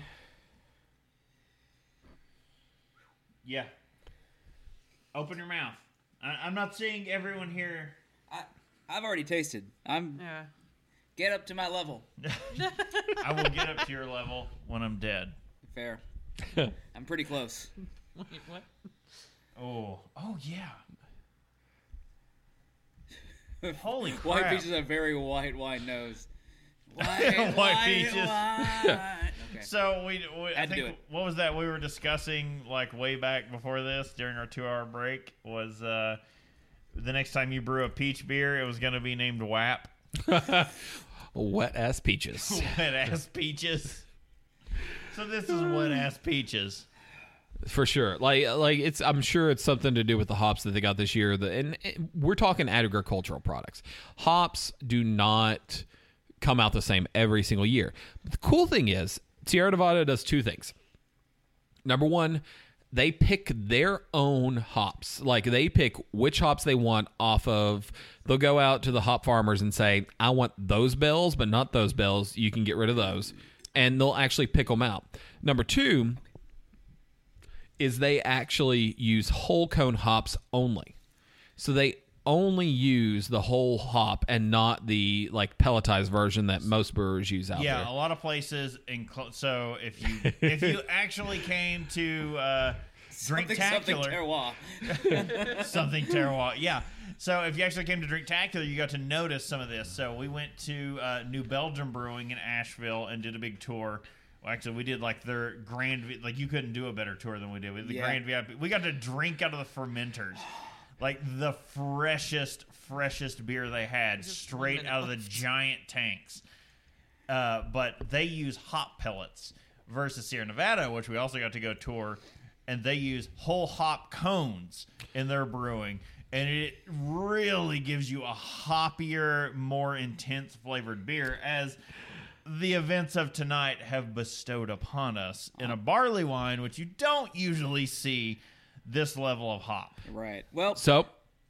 B: Yeah. Open your mouth. I, I'm not seeing everyone here.
C: I, I've already tasted. I'm
F: Yeah.
C: get up to my level.
B: I will get up to your level when I'm dead.
C: Fair. I'm pretty close.
F: Wait, what?
B: Oh. Oh yeah. Holy crap!
C: White peaches have very white wine nose. White,
B: White peaches.
C: wine. Okay.
B: So we, we I
C: Had to do
B: think
C: it.
B: what was that we were discussing like way back before this during our two hour break was uh, the next time you brew a peach beer it was gonna be named WAP
A: wet ass peaches
B: wet ass peaches. So this is wet ass peaches.
A: for sure like like it's i'm sure it's something to do with the hops that they got this year the, and eh, we're talking agricultural products hops do not come out the same every single year the cool thing is sierra nevada does two things Number one, they pick their own hops. Like they pick which hops they want off of. They'll go out to the hop farmers and say, I want those bells, but not those bells. You can get rid of those. And they'll actually pick them out. Number two is they actually use whole cone hops only. So they only use the whole hop and not the like pelletized version that most brewers use out
B: yeah,
A: there.
B: a lot of places in cl- so if you if you actually came to uh, drink
C: Something, something
B: tacular
C: terroir.
B: something terroir. Yeah. So if you actually came to Drink Tacular, you got to notice some of this. So we went to uh, New Belgium Brewing in Asheville and did a big tour. Well, actually, we did like their grand, V- like you couldn't do a better tour than we did. We did the
C: Yeah.
B: grand VIP. We got to drink out of the fermenters. Like the freshest, freshest beer they had, straight out of the giant tanks. Uh, but they use hop pellets versus Sierra Nevada, which we also got to go tour, and they use whole hop cones in their brewing, and it really gives you a hoppier, more intense flavored beer as the events of tonight have bestowed upon us in a barley wine, which you don't usually see this level of hop.
C: Right. Well,
A: So
C: I'm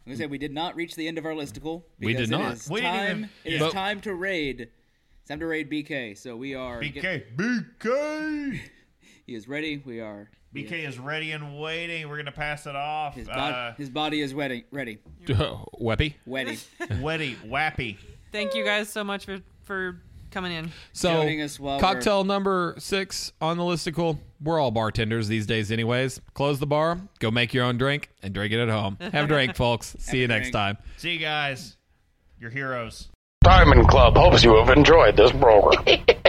C: gonna say we did not reach the end of our listicle.
A: We did
C: because it
A: not.
C: is
B: We didn't
C: time,
B: even-
C: it is
A: But-
C: time to raid. It's time to raid BK. So we are. get-
B: BK. BK.
C: he is ready. We are.
B: BK is ready and waiting. We're gonna pass it off.
C: His, bod-
B: Uh,
C: his body is ready. Ready.
A: Weppy.
C: Ready.
B: wetty, Uh, wappy.
F: Thank you guys so much for for coming in.
A: So,
C: Joining us while
A: cocktail number six on the listicle. We're all bartenders these days, anyways. Close the bar, go make your own drink, and drink it at home. Have a drink, folks. See you
C: a
A: next
C: drink.
A: time.
B: See you guys. You're heroes.
G: Diamond Club hopes you have enjoyed this program.